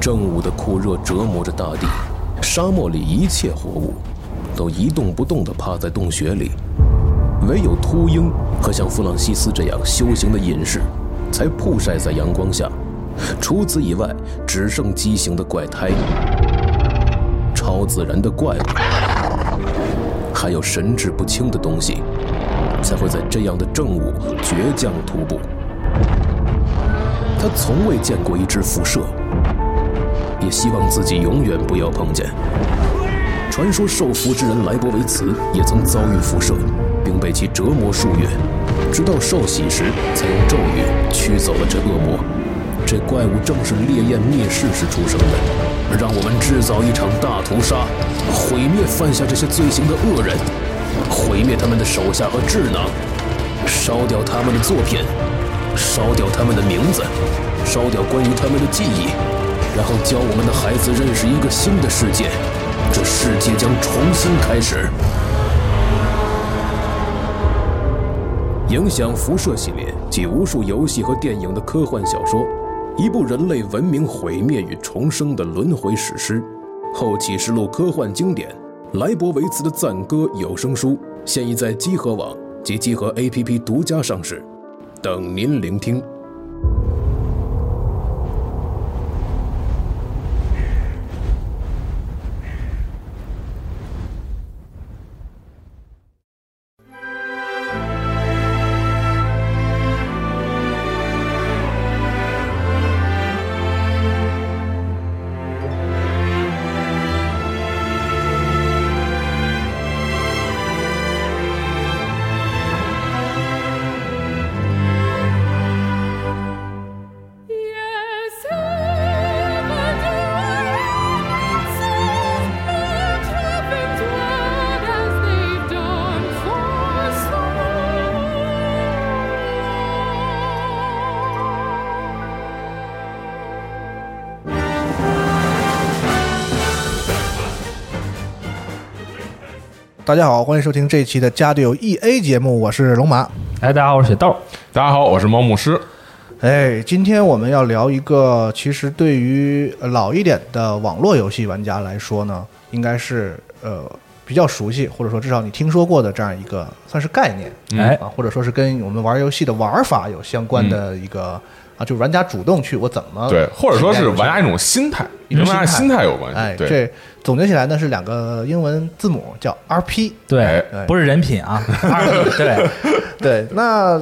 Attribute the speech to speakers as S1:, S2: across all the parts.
S1: 正午的酷热折磨着大地，沙漠里一切活物都一动不动地趴在洞穴里，唯有秃鹰和像弗朗西斯这样修行的隐士，才曝晒在阳光下。除此以外，只剩畸形的怪胎、超自然的怪物，还有神志不清的东西，才会在这样的正午倔强徒步。他从未见过一只辐射，也希望自己永远不要碰见。传说受福之人莱博维茨也曾遭遇辐射，并被其折磨数月，直到受洗时才用咒语驱走了这恶魔。这怪物正是烈焰灭世时出生的，让我们制造一场大屠杀，毁灭犯下这些罪行的恶人，毁灭他们的手下和智囊，烧掉他们的作品。烧掉他们的名字，烧掉关于他们的记忆，然后教我们的孩子认识一个新的世界，这世界将重新开始。影响辐射系列及无数游戏和电影的科幻小说，一部人类文明毁灭与重生的轮回史诗，后启示录科幻经典，莱博维茨的赞歌有声书现已在积禾网及积禾 APP 独家上市。等您聆听。
S2: 大家好，欢迎收听这一期的《家队友 E A》节目，我是龙马。
S3: 哎，大家好，我是雪豆。
S4: 大家好，我是猫牧师。
S2: 哎，今天我们要聊一个，其实对于呃老一点的网络游戏玩家来说呢，应该是呃比较熟悉，或者说至少你听说过的这样一个算是概念，
S3: 哎
S2: 啊，或者说是跟我们玩游戏的玩法有相关的一个、啊，就是玩家主动去我怎么
S4: 对，或者说是玩家一
S2: 种。
S4: 种心态，
S2: 一种
S4: 跟
S2: 心态
S4: 玩家心态有关
S2: 哎，
S4: 系。对，
S2: 这总结起来呢是两个英文字母叫 R P。
S3: 对
S2: 哎，
S3: 不是人品啊，对，
S2: 对，那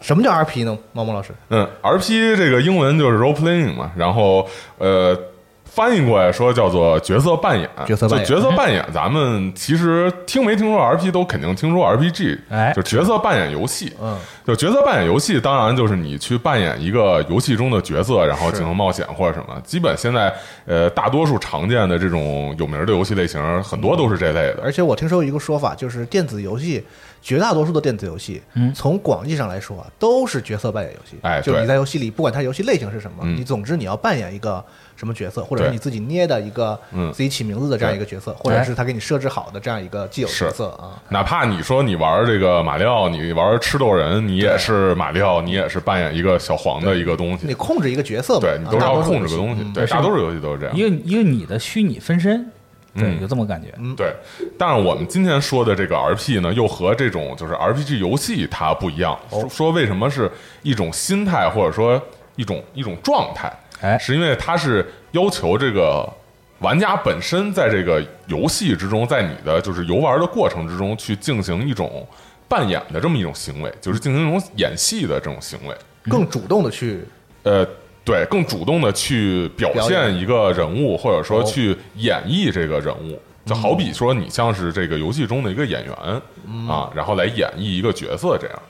S2: 什么叫 R P 呢？猫猫老师，
S4: 嗯，R P 这个英文就是 role playing 嘛，然后呃，翻译过来说叫做角色扮演。
S2: 角色扮演
S4: 就角色扮演，咱们其实听没听说 R P 都肯定听说 R P G，
S3: 哎
S4: 就角色扮演游戏。
S2: 嗯，
S4: 就角色扮演游戏，当然就是你去扮演一个游戏中的角色，然后进行冒险或者什么。基本现在呃，大多数常见的这种有名的游戏类型，很多都是这类的。
S2: 而且我听说有一个说法，就是电子游戏，绝大多数的电子游戏，
S3: 嗯
S2: 从广义上来说啊都是角色扮演游戏。
S4: 哎
S2: 就是你
S4: 对
S2: 在游戏里，不管它游戏类型是什么，
S4: 嗯
S2: 你总之你要扮演一个什么角色，或者是
S4: 对
S2: 你自己捏的一个
S4: 嗯
S2: 自己起名字的这样一个角色，或者
S3: 哎
S2: 是他给你设置好的这样一个既有角
S4: 是
S2: 色啊。
S4: 哪怕你说你玩这个马里奥，你玩吃豆人，你也是马里奥，你也是扮演一个小黄的一个东
S2: 你
S4: 西，
S2: 控制一个角色嘛，
S4: 对你
S2: 啊
S4: 都是
S2: 大
S4: 要
S2: 多数
S4: 控制
S2: 游
S4: 个
S2: 戏
S4: 东西
S2: 嗯。
S4: 对，大多数游戏都是这
S3: 一
S4: 样。
S3: 个一个你的虚拟分身，对，
S4: 嗯
S3: 有这么个感觉。
S4: 对，但是我们今天说的这个 RP 呢，又和这种就是 RPG 游戏它不一样。说说为什么是一种心态，或者说一种一种状态，
S3: 哎，
S4: 是因为它是要求这个玩家本身在这个游戏之中，在你的就是游玩的过程之中去进行一种扮演的这么一种行为，就是进行一种演戏的这种行为。
S2: 更主动的去
S4: 呃，对，更主动的去表
S2: 表
S4: 现一个人物，或者说
S2: 哦
S4: 去演绎这个人物。就好比说，你像是这个游戏中的一个演员、啊，然后来演绎一个角色，这样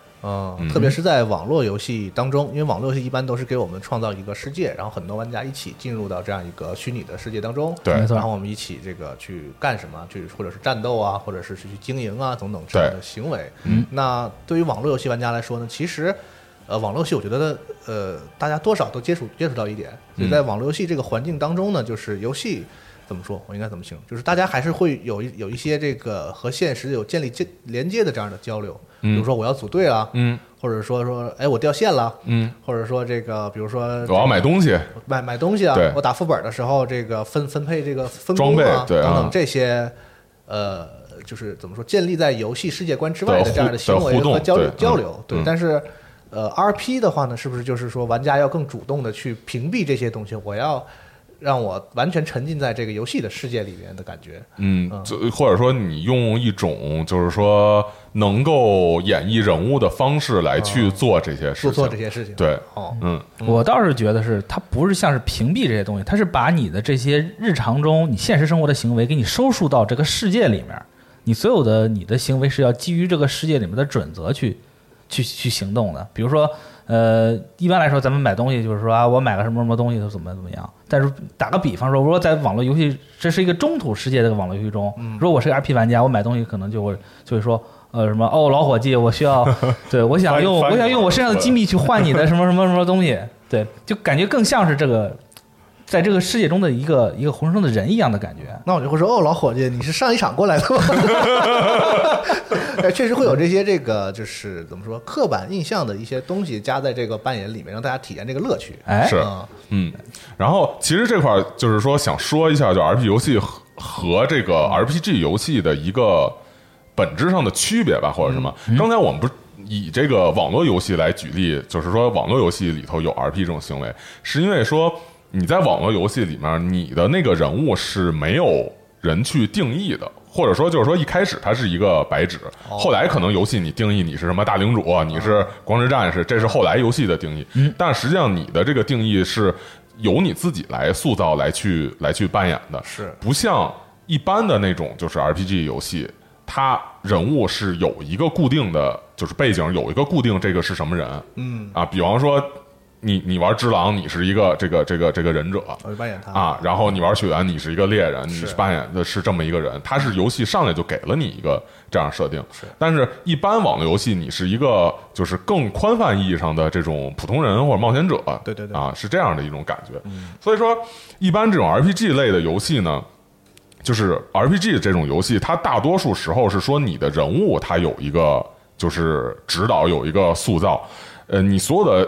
S2: 嗯，特别是在网络游戏当中，因为网络游戏一般都是给我们创造一个世界，然后很多玩家一起进入到这样一个虚拟的世界当中，啊
S4: 对没
S3: 错
S2: 然后我们一起这个去干什么，去或者是战斗啊，或者是去经营啊等等这
S4: 对
S2: 样的行为。
S4: 嗯
S2: 那对于网络游戏玩家来说呢，其实。呃，网络游戏我觉得，
S4: 嗯
S2: 呃，大家多少都接触接触到一点，所以在网络游戏这个环境当中呢，就是游戏怎么说？我应该怎么形容？就是大家还是会有一有一些这个和现实有建立接连接的这样的交流，比如说我要组队了，
S4: 嗯
S2: 或者说说哎我掉线了，
S4: 嗯，
S2: 或者说这个比如说
S4: 我要买东西，
S2: 买买东西啊
S4: 对，
S2: 我打副本的时候，这个分分配这个分工啊
S4: 装备对啊
S2: 等等这些，呃，就是怎么说，建立在游戏世界观之外
S4: 的
S2: 的
S4: 互
S2: 这样的行
S4: 的
S2: 为
S4: 互动
S2: 和交流
S4: 对
S2: 交流
S4: 嗯，
S2: 对
S4: 嗯。
S2: 但是，呃，R P 的话呢，是不是就是说玩家要更主动的去屏蔽这些东西？我要让我完全沉浸在这个游戏的世界里面的感觉。
S4: 嗯，就或者说你用一种就是说能够演绎人物的方式来去做这些事情，
S2: 嗯做做这些事情
S4: 对，
S2: 哦，
S4: 嗯，
S3: 我倒是觉得是它不是像是屏蔽这些东西，它是把你的这些日常中你现实生活的行为给你收束到这个世界里面儿，你所有的你的行为是要基于这个世界里面的准则去去去行动的。比如说，呃，一般来说咱们买东西就是说啊，我买个什么什么东西都怎么怎么样。但是打个比方说，如果在网络游戏这是一个中土世界的网络游戏中，
S4: 嗯
S3: 如果我是个 RP 玩家，我买东西可能就会就会说。呃，什么哦，老伙计，我需 要，对我想
S4: 翻
S3: 用，
S4: 翻
S3: 我想
S4: 过
S3: 用我身上的
S4: 来
S3: 金币去换你的什么什么什么东西，对，就感觉更像是这个，在这个世界中的一个一个活生生的人一样的感觉。
S2: 那我就会说，哦，老伙计，你是上一场过来的吗？ 哎确实会有这些这个就是怎么说刻板印象的一些东西加在这个扮演里面，让大家体验这个乐趣。
S3: 哎，
S4: 是
S2: 嗯
S4: 嗯，然后其实这块儿就是说想说一下，就 RP 游戏和和这个 RPG 游戏的一个本质上的区别吧，或者什么。刚才我们不是以这个网络游戏来举例，就是说网络游戏里头有 RP 这种行为，是因为说你在网络游戏里面，你的那个人物是没有人去定义的。或者说，就是说，一开始它是一个白纸，后来可能游戏你定义你是什么大领主，你是光之战士，这是后来游戏的定义。但实际上，你的这个定义是由你自己来塑造、来去、来去扮演的。
S2: 是
S4: 不像一般的那种就是 RPG 游戏，它人物是有一个固定的，就是背景有一个固定这个是什么人。嗯啊，比方说你你玩只狼，你是一个这个这个这个忍者。
S2: 我就扮演他。
S4: 啊，然后你玩血缘，你是一个猎人，你是扮演的是这么一个人，他是游戏上来就给了你一个这样设定。是，但是一般网络游戏，你是一个就是更宽泛意义上的这种普通人或者冒险者，
S2: 对对对嗯
S4: 啊，是这样的一种感觉。所以说，一般这种 RPG 类的游戏呢。就是 RPG 这种游戏，它大多数时候是说你的人物它有一个就是指导，有一个塑造，呃，你所有的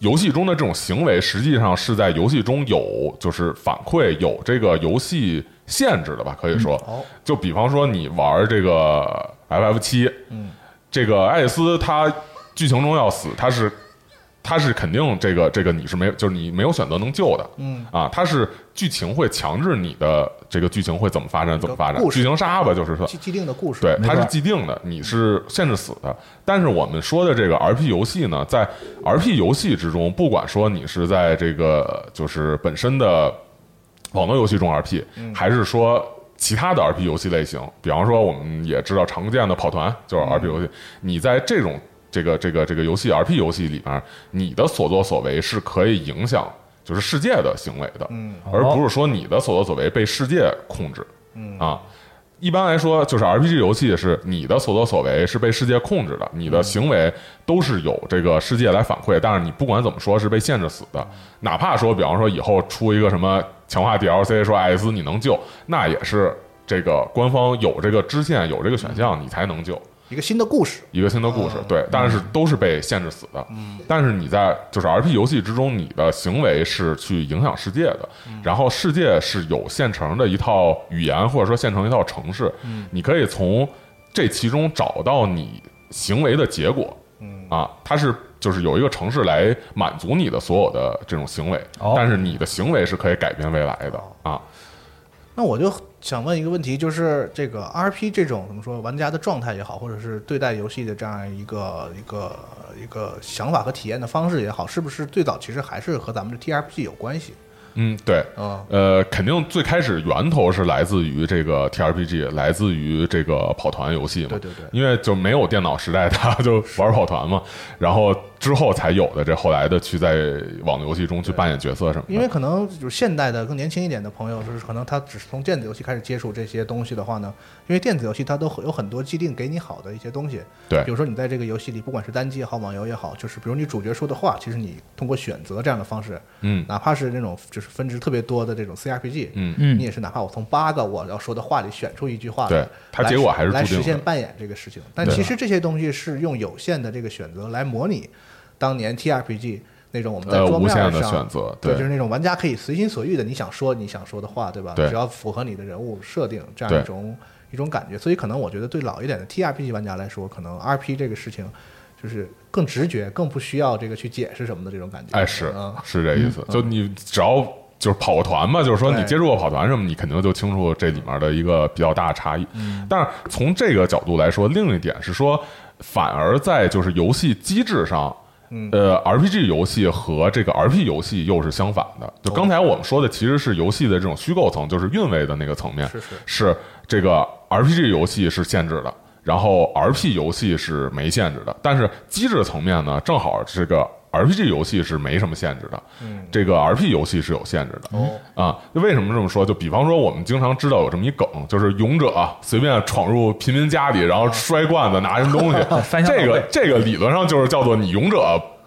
S4: 游戏中的这种行为，实际上是在游戏中有就是反馈，有这个游戏限制的吧？可以说，
S2: 嗯
S4: 就比方说你玩这个 FF 七，嗯，这个艾斯他剧情中要死，他是他是肯定这个这个你是没有，就是你没有选择能救的，嗯啊，他是剧情会强制你的这个剧情会怎么发展怎么发展，
S2: 故事
S4: 剧情杀吧，就是说
S2: 既既定的故事。
S4: 对，
S3: 没
S4: 它是
S3: 错
S4: 既定的，你是限制死的。但是我们说的这个 RP 游戏呢，在 RP 游戏之中，不管说你是在这个就是本身的网络游戏中 RP，还是说其他的 RP 游戏类型，比方说我们也知道常见的跑团就是 RP 游戏，你在这种这个这个这个游戏 RP 游戏里面，你的所作所为是可以影响就是世界的行为的，而不是说你的所作所为被世界控制，啊。一般来说，就是 RPG 游戏是你的所作所为是被世界控制的，你的行为都是有这个世界来反馈，但是你不管怎么说是被限制死的。哪怕说，比方说以后出一个什么强化 DLC，说艾斯你能救，那也是这个官方有这个支线，有这个选项，你才能救。
S2: 一个新的故事。
S4: 一个新的故事，对，但是都是被限制死的。但是你在就是 RP 游戏之中，你的行为是去影响世界的，然后世界是有现成的一套语言或者说现成一套程式，你可以从这其中找到你行为的结果。啊，它是就是有一个程式来满足你的所有的这种行为，
S3: 哦
S4: 但是你的行为是可以改变未来的啊。
S2: 那我就想问一个问题，就是这个 R P 这种怎么说，玩家的状态也好，或者是对待游戏的这样一个一个一个想法和体验的方式也好，是不是最早其实还是和咱们这 T R P G 有关系？
S4: 嗯，对，
S2: 啊
S4: 呃，肯定最开始源头是来自于这个 TRPG，来自于这个跑团游戏嘛。
S2: 对对对
S4: 因为就没有电脑时代，大家就玩跑团嘛，然后之后才有的这后来的去在网络游戏中去扮演角色什么的。
S2: 因为可能就是现代的更年轻一点的朋友，就是可能他只是从电子游戏开始接触这些东西的话呢，因为电子游戏它都有很多既定给你好的一些东西，
S4: 对
S2: 比如说你在这个游戏里，不管是单机也好，网游也好，就是比如你主角说的话，其实你通过选择这样的方式，
S4: 嗯
S2: 哪怕是那种就是就是分值特别多的这种 CRPG，
S4: 嗯
S3: 嗯
S2: 你也是哪怕我从八个我要说的话里选出一句话来，
S4: 对它结果还是
S2: 来
S4: 注定
S2: 实现
S4: 的
S2: 扮演这个事情。但
S4: 对
S2: 其实这些东西是用有限的这个选择来模拟当年 TRPG 那种我们在
S4: 呃
S2: 桌
S4: 无
S2: 面
S4: 限
S2: 上
S4: 的选择
S2: 对，
S4: 对
S2: 就是那种玩家可以随心所欲的，你想说你想说的话，对吧？
S4: 对
S2: 只要符合你的人物设定，这样
S4: 对
S2: 一种一种感觉。所以可能我觉得对老一点的 TRPG 玩家来说，可能 RP 这个事情就是更直觉，更不需要这个去解释什么的这种感觉。
S4: 哎，是
S2: 嗯，
S4: 是这意思。就你只要就是跑过团嘛，就是说你
S2: 对
S4: 接触过跑团什么，你肯定就清楚这里面的一个比较大的差异。
S2: 嗯
S4: 但是从这个角度来说，另一点是说，反而在就是游戏机制上。
S2: 嗯
S4: 呃，RPG 游戏和这个 RP 游戏又是相反的。就刚才我们说的，其实是游戏的这种虚构层，就是韵味的那个层面，
S2: 是是
S4: 是这个 RPG 游戏是限制的，然后 RP 游戏是没限制的。但是机制层面呢，正好这个 RPG 游戏是没什么限制的，这个 RP 游戏是有限制的。
S2: 哦
S4: 啊，就为什么这么说？就比方说，我们经常知道有这么一梗，就是勇者、啊、随便闯入平民家里，然后摔罐子拿人东 西
S3: 翻。箱倒
S4: 这
S3: 柜
S4: 个这个理论上就是叫做你勇者。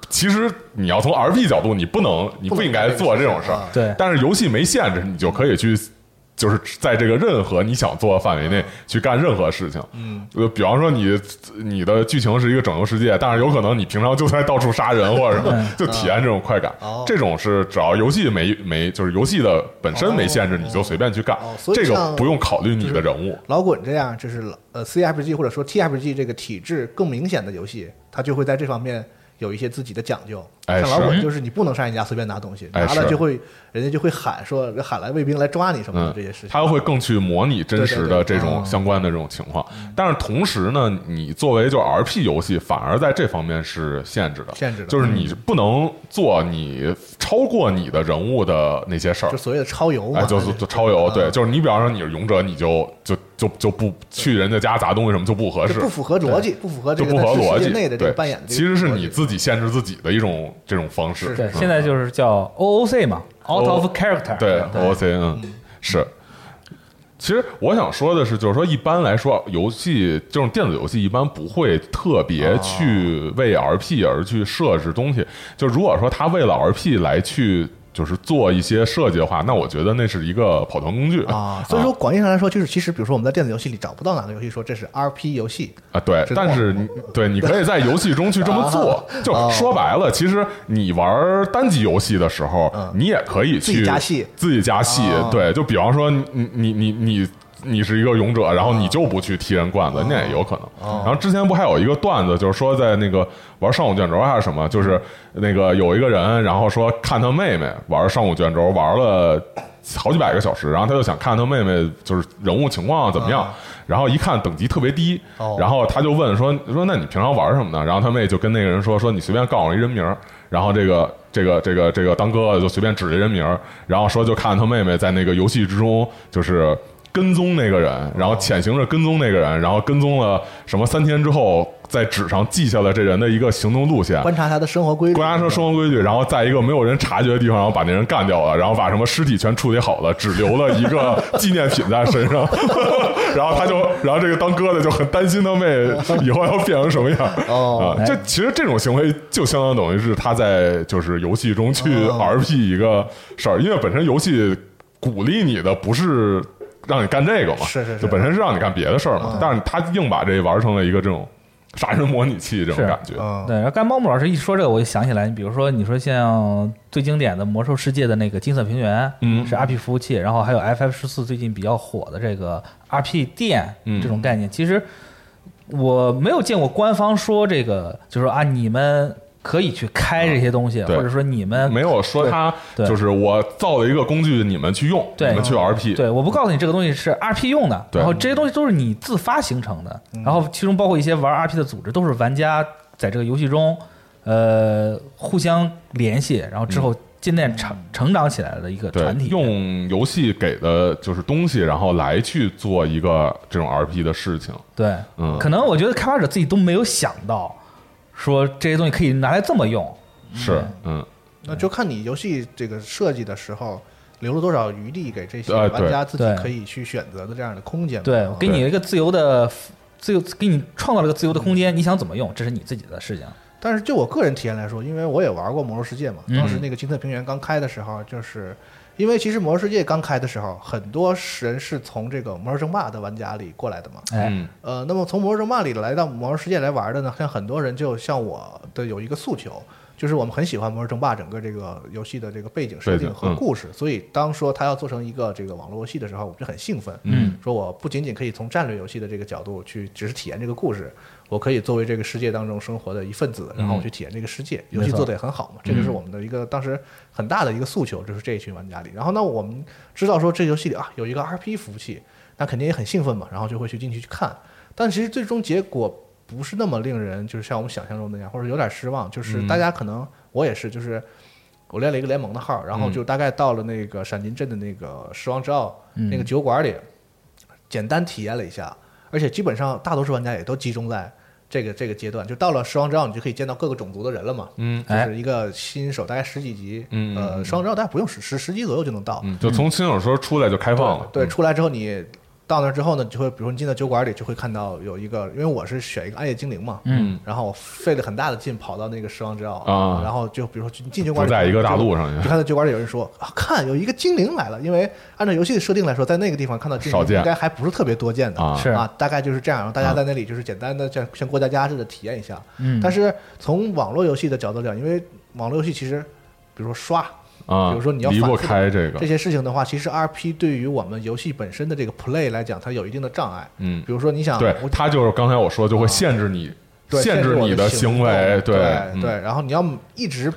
S4: 其实你要从 RP 角度，你不能，你不应该做这种事儿
S2: 不能干这个事儿啊。
S3: 对
S4: 但是游戏没限制，你就可以去，就是在这个任何你想做的范围内去干任何事情。嗯，比方说你你的剧情是一个拯救世界，但是有可能你平常就在到处杀人 或者什么，就体验这种快感
S2: 嗯哦。
S4: 这种是只要游戏没没就是游戏的本身没限制，你就随便去干
S2: 哦所，以
S4: 这个
S2: 像
S4: 不用考虑你的人物。
S2: 老滚这样，就是老呃 CRPG 或者说 TRPG 这个体制更明显的游戏，它就会在这方面有一些自己的讲究。
S4: 哎
S2: 像老
S4: 是
S2: 滚就是你不能上人家随便拿东西，
S4: 哎
S2: 拿了
S4: 是
S2: 就会人家就会喊说喊来卫兵来抓你什么的
S4: 嗯
S2: 这些事情。，啊
S4: 它会更去模拟真实的
S2: 对对对嗯
S4: 这种相关的这种情况。但是同时呢，你作为就是 RP 游戏，反而在这方面是限制的，
S2: 限制的嗯
S4: 就是你不能做你超过你的人物的那些事儿
S2: 就。所谓的超游嘛，
S4: 哎，就是就超
S2: 嗯
S4: 游，对，就是你比方说你是勇者，你就就就就不去人家家砸东西什么就不合
S2: 就
S4: 适
S2: 不，符合逻辑，不符合这
S4: 呃就
S2: 个
S4: 不合
S2: 在
S4: 逻
S2: 世
S4: 辑。
S2: 界内的这个
S4: 对
S2: 扮演的这个逻辑。
S4: 其实是你自己限制自己的一种这种方式。嗯
S2: 是
S3: 对，现在就是叫 OOC 嘛，out of character。
S4: 对 OC，嗯，是。其实我想说的是，就是说，一般来说，游戏这种电子游戏一般不会特别
S2: 哦
S4: 去为 RP 而去设置东西。就如果说他为了 RP 来去就是做一些设计的话，那我觉得那是一个跑团工具
S2: 啊，所以说广义上来说，就是其实比如说我们在电子游戏里找不到哪个游戏说这是 RP 游戏，
S4: 啊，对，
S2: 知道
S4: 但是你对，你可以在游戏中去这么
S2: 啊
S4: 做。就说白了，其实你玩单机游戏的时候，你也可
S2: 嗯
S4: 以去
S2: 自己加戏
S4: 自己加戏。
S2: 哦
S4: 对，就比方说你你你你你是一个勇者，然后
S2: 啊
S4: 你就不去踢人罐子，那也有可能。然后之前不还有一个段子，就是说在那个玩上古卷轴还是什么，就是
S2: 嗯
S4: 那个有一个人，然后说看他妹妹玩上古卷轴玩了。好几百个小时，然后他就想看他妹妹就是人物情况怎么样，然后一看等级特别低，
S2: 啊哦
S4: 然后他就问说说那你平常玩什么呢？然后他妹就跟那个人说说你随便告诉我一人名儿，然后这个这个这个这个当哥的就随便指一人名儿，然后说就看他妹妹在那个游戏之中就是。跟踪那个人，然后潜行着跟踪那个人，然后跟踪了什么三天之后，在纸上记下了这人的一个行动路线，
S2: 观察他的生活规律。
S4: 国家说生活规矩，然后在一个没有人察觉的地方，然后把那人干掉了，然后把什么尸体全处理好了，只留了一 个纪念品在身上。 然后他就，然后这个当哥的就很担心他妹 以后要变成什么样。
S2: 哦
S4: 啊，这其实这种行为就相当等于是他在就是游戏中去
S2: 哦
S4: RP 一个事儿，因为本身游戏鼓励你的不是让你干这个嘛，
S2: 是是是哦
S4: 就本身是让你干别的事儿嘛，但是他硬把这玩成了一个这种杀人模拟器这种
S3: 是
S4: 感觉。
S2: 嗯，
S3: 对，然后刚才猫木老师一说这个，我就想起来，你比如说，你说像最经典的《魔兽世界》的那个金色平原，
S4: 嗯
S3: 是 RP 服务器，然后还有 FF 十四最近比较火的这个 RP 店
S4: 嗯
S3: 这种概念，其实我没有见过官方说这个，就说啊，你们可以去开这些东西，
S4: 对
S3: 或者说你们
S4: 没有说它
S3: 对对
S4: 就是我造了一个工具，你们去用，你
S3: 对
S4: 们去 RP，
S3: 对，我不告诉你这个东西是 RP 用的，
S4: 对
S3: 然后这些东西都是你自发形成的，然后其中包括一些玩 RP 的组织，都是玩家在这个游戏中，呃，互相联系，然后之后渐渐成成长起来的一个
S4: 嗯对
S3: 团体。
S4: 用游戏给的就是东西，然后来去做一个这种 RP 的事情。
S3: 对，
S4: 嗯
S3: 可能我觉得开发者自己都没有想到，说这些东西可以拿来这么用。
S4: 是，嗯，
S2: 那就看你游戏这个设计的时候留了多少余地给这些
S4: 哎对
S2: 玩家自己
S3: 对
S2: 可以去选择的这样的空间吧。
S3: 对，
S2: 嗯
S3: 我给你一个自由的。自由给你创造了个自由的空间，你想怎么用，这是你自己的事情。
S2: 但是就我个人体验来说，因为我也玩过《魔兽世界》嘛，
S3: 嗯
S2: 当时那个金色平原刚开的时候，就是因为其实《魔兽世界》刚开的时候，很多人是从这个《魔兽争霸》的玩家里过来的嘛。
S3: 哎，
S4: 嗯
S2: 呃，那么从《魔兽争霸》里来到《魔兽世界》来玩的呢，像很多人就像我的有一个诉求，就是我们很喜欢《魔兽争霸》整个这个游戏的这个背景设
S4: 背景
S2: 定和
S4: 嗯
S2: 故事，所以当说它要做成一个这个网络游戏的时候，我们就很兴奋。
S3: 嗯，
S2: 说我不仅仅可以从战略游戏的这个角度去只是体验这个故事，我可以作为这个世界当中生活的一份子，然后我去体验这个世界。游戏
S3: 嗯没错嗯
S2: 做得也很好嘛，这就是我们的一个当时很大的一个诉求，就是这一群玩家里。然后呢，我们知道说这游戏里啊有一个 RP 服务器，那肯定也很兴奋嘛，然后就会去进去去看。但其实最终结果不是那么令人就是像我们想象中那样，或者有点失望。就是大家可能、我也是，就是我练了一个联盟的号，然
S4: 嗯
S2: 后就大概到了那个闪金镇的那个狮王之奥、
S4: 嗯
S2: 那个酒馆里，简单体验了一下，而且基本上大多数玩家也都集中在这个这个阶段，就到了狮王之奥，你就可以见到各个种族的人了嘛。
S4: 嗯
S2: 就
S3: 哎
S2: 是一个新手，大概十几级，
S4: 嗯
S2: 呃，狮王之奥大概不用十十十级左右就能到，
S4: 嗯，就从新手村出来就开放了，
S2: 对，
S4: 嗯
S2: 出来之后你到那儿之后呢，你就会比如说你进到酒馆里，就会看到有一个，因为我是选一个暗夜精灵嘛，
S3: 嗯，
S2: 然后我费了很大的劲跑到那个狮王之奥
S4: 啊
S2: 然后就比如说进进酒馆里
S4: 不在一个大陆上
S2: 就就看到酒馆里有人说啊，看有一个精灵来了，因为按照游戏的设定来说，在那个地方看到精
S4: 少
S2: 灵
S4: 见
S2: 应该还不是特别多见的
S4: 啊
S3: 是
S2: 啊，大概就是这样，然后大家在那里就是简单的像像过家家似的体验一下，
S3: 嗯
S2: 但是从网络游戏的角度讲，因为网络游戏其实比如说刷。
S4: 啊，
S2: 比如说你要
S4: 离
S2: 反
S4: 不
S2: 复地
S4: 开这个
S2: 这，些事情的话，其实 R P 对于我们游戏本身的这个 play 来讲，它有一定的障碍。
S4: 嗯
S2: 比如说你想，
S4: 对
S2: 我，啊
S4: 它就是刚才我说就会限制你，
S2: 对限
S4: 制
S2: 我
S4: 你
S2: 的
S4: 行为
S2: 为，，
S4: 对
S2: 对
S4: 嗯
S2: 对，然后你要一直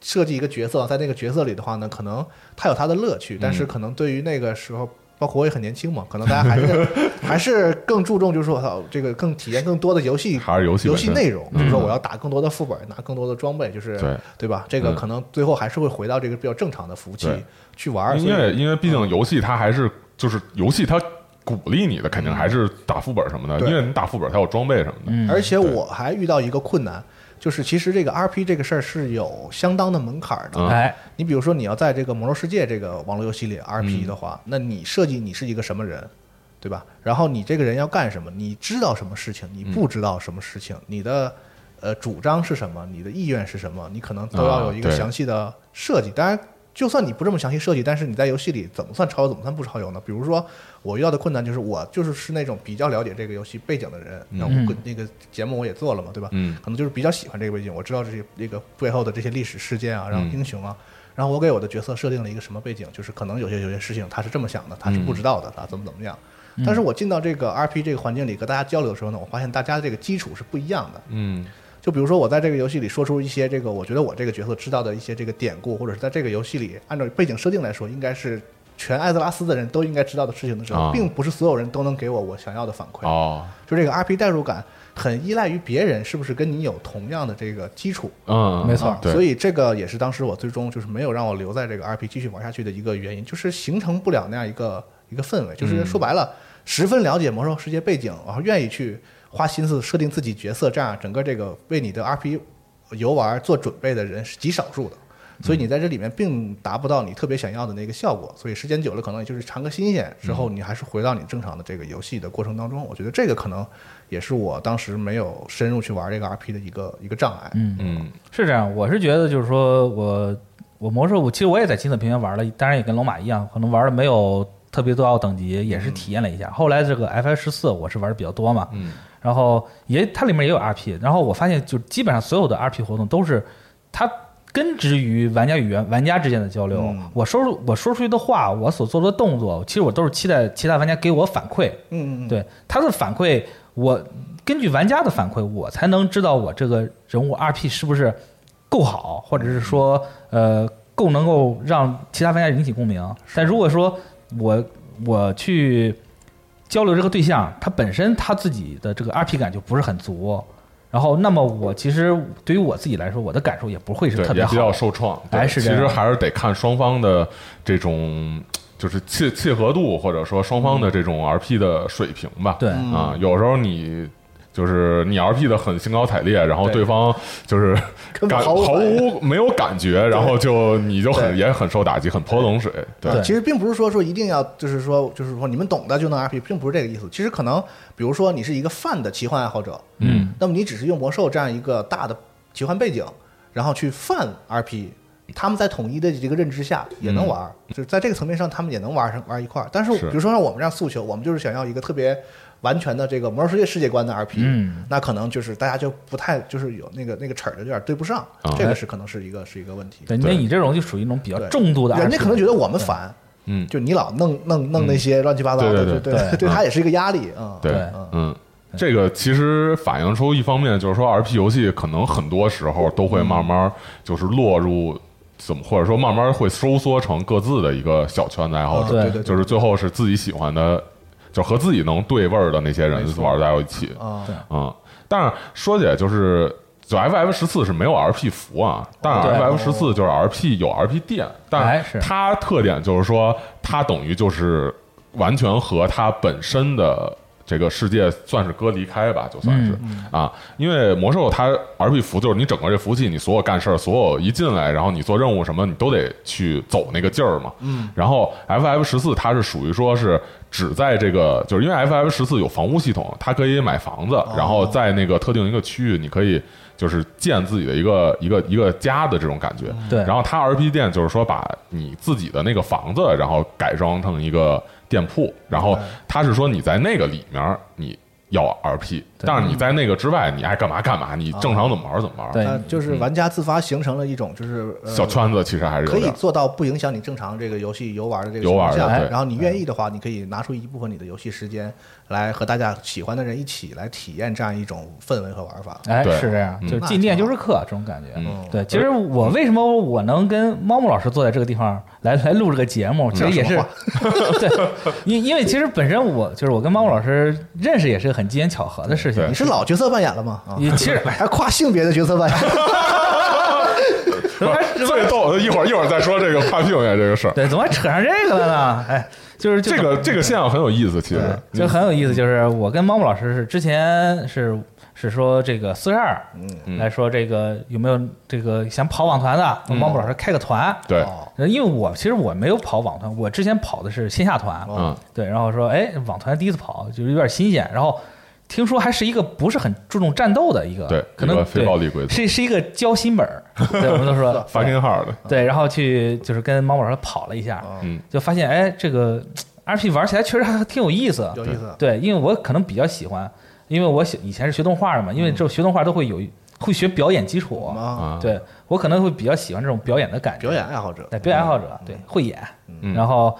S2: 设计一个角色，在那个角色里的话呢，可能它有它的乐趣，
S4: 嗯
S2: 但是可能对于那个时候。包括我也很年轻嘛，可能大家还是 还是更注重，就是说，我操，这个更体验更多的游戏，
S4: 还是游戏
S2: 游
S4: 本
S2: 戏
S4: 身嗯
S2: 内容，就是说我要打更多的副本，拿更多的装备，就是
S4: 对
S2: 吧？这个
S4: 嗯
S2: 可能最后还是会回到这个比较正常的服务器
S4: 对
S2: 去玩儿，所以
S4: 因为因为
S2: 嗯
S4: 毕竟游戏它还是就是游戏它鼓励你的，肯定还是打副本什么
S2: 嗯
S4: 的，
S2: 对
S4: 因为你打副本它有装备什么
S3: 嗯
S4: 的，
S2: 而且我还遇到一个困难，就是其实这个 RP 这个事儿是有相当的门槛儿的。
S4: 嗯
S3: 哎，
S2: 你比如说，你要在这个《魔兽世界》这个网络游戏里 RP 的话，那你设计你是一个什么人，对吧？然后你这个人要干什么？你知道什么事情？你不
S4: 嗯
S2: 知道什么事情？你的呃主张是什么？你的意愿是什么？你可能都要有一个
S4: 啊对
S2: 详细的设计。当然，就算你不这么详细设计，但是你在游戏里怎么算超游，怎么算不超游呢？比如说，我遇到的困难就是我就是是那种比较了解这个游戏背景的人，那我跟那个节目我也做了嘛，对吧？
S4: 嗯，
S2: 可能就是比较喜欢这个背景，我知道这些这个背后的这些历史事件啊，然后英雄啊。然后我给我的角色设定了一个什么背景，就是可能有些有些事情他是这么想的，他是不知道的，他怎么怎么样。但是我进到这个 RP 这个环境里跟大家交流的时候呢，我发现大家的这个基础是不一样的。
S4: 嗯
S2: 就比如说我在这个游戏里说出一些这个我觉得我这个角色知道的一些这个典故，或者是在这个游戏里按照背景设定来说，应该是全艾泽拉斯的人都应该知道的事情的时
S4: 啊
S2: 候，并不是所有人都能给我我想要的反馈。
S4: 哦
S2: 就这个 RP 代入感很依赖于别人是不是跟你有同样的这个基础。
S4: 嗯，
S3: 没错
S2: 啊
S4: 对，
S2: 所以这个也是当时我最终就是没有让我留在这个 RP 继续玩下去的一个原因，就是形成不了那样一个一个氛围。就是说白了，十分了解魔兽世界背景，然后愿意去花心思设定自己角色，这样整个这个为你的 RP 游玩做准备的人是极少数的。所以你在这里面并达不到你特别想要的那个效果，所以时间久了可能也就是尝个新鲜，之后你还是回到你正常的这个游戏的过程当中。我觉得这个可能也是我当时没有深入去玩这个 RP 的一个一个障碍。
S3: 嗯，
S4: 嗯
S3: 是这样，我是觉得就是说我我魔兽，我其实我也在金色平原玩了，当然也跟龙马一样，可能玩的没有特别多奥等级，也是体验了一下。后来这个 F 十四我是玩的比较多嘛，
S4: 嗯
S3: 然后也它里面也有 RP，然后我发现就基本上所有的 RP 活动都是它根植于玩家与玩玩家之间的交流。
S2: 嗯
S3: 我说出我说出去的话，我所做的动作，其实我都是期待其他玩家给我反馈。
S2: 嗯，嗯，
S3: 对他的反馈，我根据玩家的反馈，我才能知道我这个人物 RP 是不是够好，或者是说呃够能够让其他玩家引起共鸣。但如果说我我去交流这个对象，他本身他自己的这个 RP 感就不是很足，然后那么我其实对于我自己来说，我的感受也不会是
S4: 对
S3: 特，别
S4: 也
S3: 好
S4: 比较受创。对
S3: 哎是
S4: 其
S3: 这样
S4: 实还是得看双方的这种就是契契合度，或者说双方的这种 RP 的水平吧。
S3: 嗯对
S2: 嗯
S4: 啊，有时候你。就是你 RP 的很兴高采烈，然后
S2: 对
S4: 对方就是
S2: 根本
S4: 感
S2: 毫无
S4: 毫
S2: 反应
S4: 无没有感觉，然后就你就很
S2: 对
S4: 也很受打击，很泼冷水。对
S2: 啊其实并不是说说一定要就是说就是说你们懂的就能 RP，并不是这个意思。其实可能比如说你是一个泛的奇幻爱好者，
S3: 嗯，
S2: 那么你只是用魔兽这样一个大的奇幻背景，然后去泛 RP。他们在统一的这个认知下也能玩儿，就
S3: 嗯
S2: 是在这个层面上他们也能玩上玩一块儿。但是
S4: 是
S2: 比如说像我们这样诉求，我们就是想要一个特别完全的这个魔兽世界世界观的 RP，、
S3: 嗯
S2: 那可能就是大家就不太就是有那个那个齿儿就有点对不上，
S4: 啊
S2: 这个是可能是一个是一个问题。
S3: 哦对，那你这种就属于一种比较
S2: 对
S3: 呃重度的，
S2: 人家可能觉得我们烦，
S4: 嗯，
S2: 就你老弄弄弄那些乱七八糟的，
S4: 对对
S2: 对
S4: 对
S2: 对，对他也是一个压力啊。
S4: 对
S3: 对，
S4: 嗯，这个其实反映出一方面就是说，RP 游戏可能很多时候都会慢慢就是落入。怎么或者说慢慢会收缩成各自的一个小圈子爱好
S2: 啊
S4: 者，
S2: 对
S3: 对
S2: 对对，
S4: 就是最后是自己喜欢的，就和自己能对味儿的那些人
S2: 没错
S4: 玩在一起。
S2: 啊，
S3: 对
S4: 嗯，但是说起来就是。就 FF 十四是没有 RP 服啊，但是
S3: 对
S4: FF 十四就是 RP 有 RP 店，但
S3: 哎是
S4: 它特点就是说，它等于就是完全和它本身的这个世界算是割离开吧，就算是、
S3: 嗯
S4: 啊，因为魔兽它 RP 服就是你整个这服务器，你所有干事儿，所有一进来，然后你做任务什么，你都得去走那个劲儿嘛。嗯，然后 FF 十四它是属于说是只在这个，就是因为 FF 十四有房屋系统，它可以买房子，
S3: 哦
S4: 然后在那个特定一个区域，你可以就是建自己的一个一个一个家的这种感觉。
S3: 对
S4: 然后它 RP 店就是说把你自己的那个房子，然后改装成一个店铺，然后它是说你在那个里面儿你要 RP，但是你在那个之外，你爱干嘛干嘛，你正常怎么玩儿怎么玩儿。
S3: 啊对
S2: 那就是玩家自发形成了一种就是呃
S4: 小圈子其实还是有
S2: 可以
S4: 点儿。
S2: 做到不影响你正常这个游戏游玩的这个
S4: 游玩的
S2: 情况下
S4: 对
S2: 然后你愿意的话，你可以拿出一部分你的游戏时间来和大家喜欢的人一起来体验这样一种氛围和玩法。
S3: 哎，
S4: 对
S3: 是这样，
S4: 嗯
S3: 就进店就是客这种感觉。
S4: 嗯
S3: 对，其实我为什么我能跟猫木老师坐在这个地方来来录这个节
S4: 嗯
S3: 目，其实也是
S2: 讲
S3: 对，因因为其实本身我就是我跟猫木老师认识也是很机缘巧合的事情
S4: 对
S2: 你。是老角色扮演了吗？啊，
S3: 你其实
S2: 还跨性别的角色扮演，
S4: 不是最逗的，一会儿一会儿再说 这个跨屁股这个事儿。
S3: 对，怎么还扯上这个了呢？哎，就是就
S4: 这个这个现象很有意思，其实嗯
S3: 就很有意思，就是我跟猫猫老师是之前是是说这个四十二，嗯，来说这个有没有这个想跑网团的，猫猫老师开个团，
S4: 嗯
S3: 呃
S4: 对，
S3: 因为我其实我没有跑网团，我之前跑的是线下团，
S4: 嗯
S3: 对，然后说哎网团第一次跑，就是有点新鲜，然后听说还是一个不是很注重战斗的一个，
S4: 对
S3: 可
S4: 一
S3: 能
S4: 个非暴力规则
S3: 对是是一个教心本 儿，对，我们都说
S4: 发根号的，
S3: 对，然后去就是跟猫猫老师跑了一下，
S2: 哦
S4: 嗯
S3: 就发现哎这个 RP 玩起来确实还挺有意思，
S2: 有意思。
S3: 对，因为我可能比较喜欢，因为我喜以前是学动画的嘛，
S2: 嗯
S3: 因为这种学动画都会有会学表演基础，
S2: 啊，
S4: 啊，
S3: 对我可能会比较喜欢这种表演的感觉，
S2: 表演爱好者，
S3: 对表哎演爱好者，对会演，
S4: 嗯
S3: 然后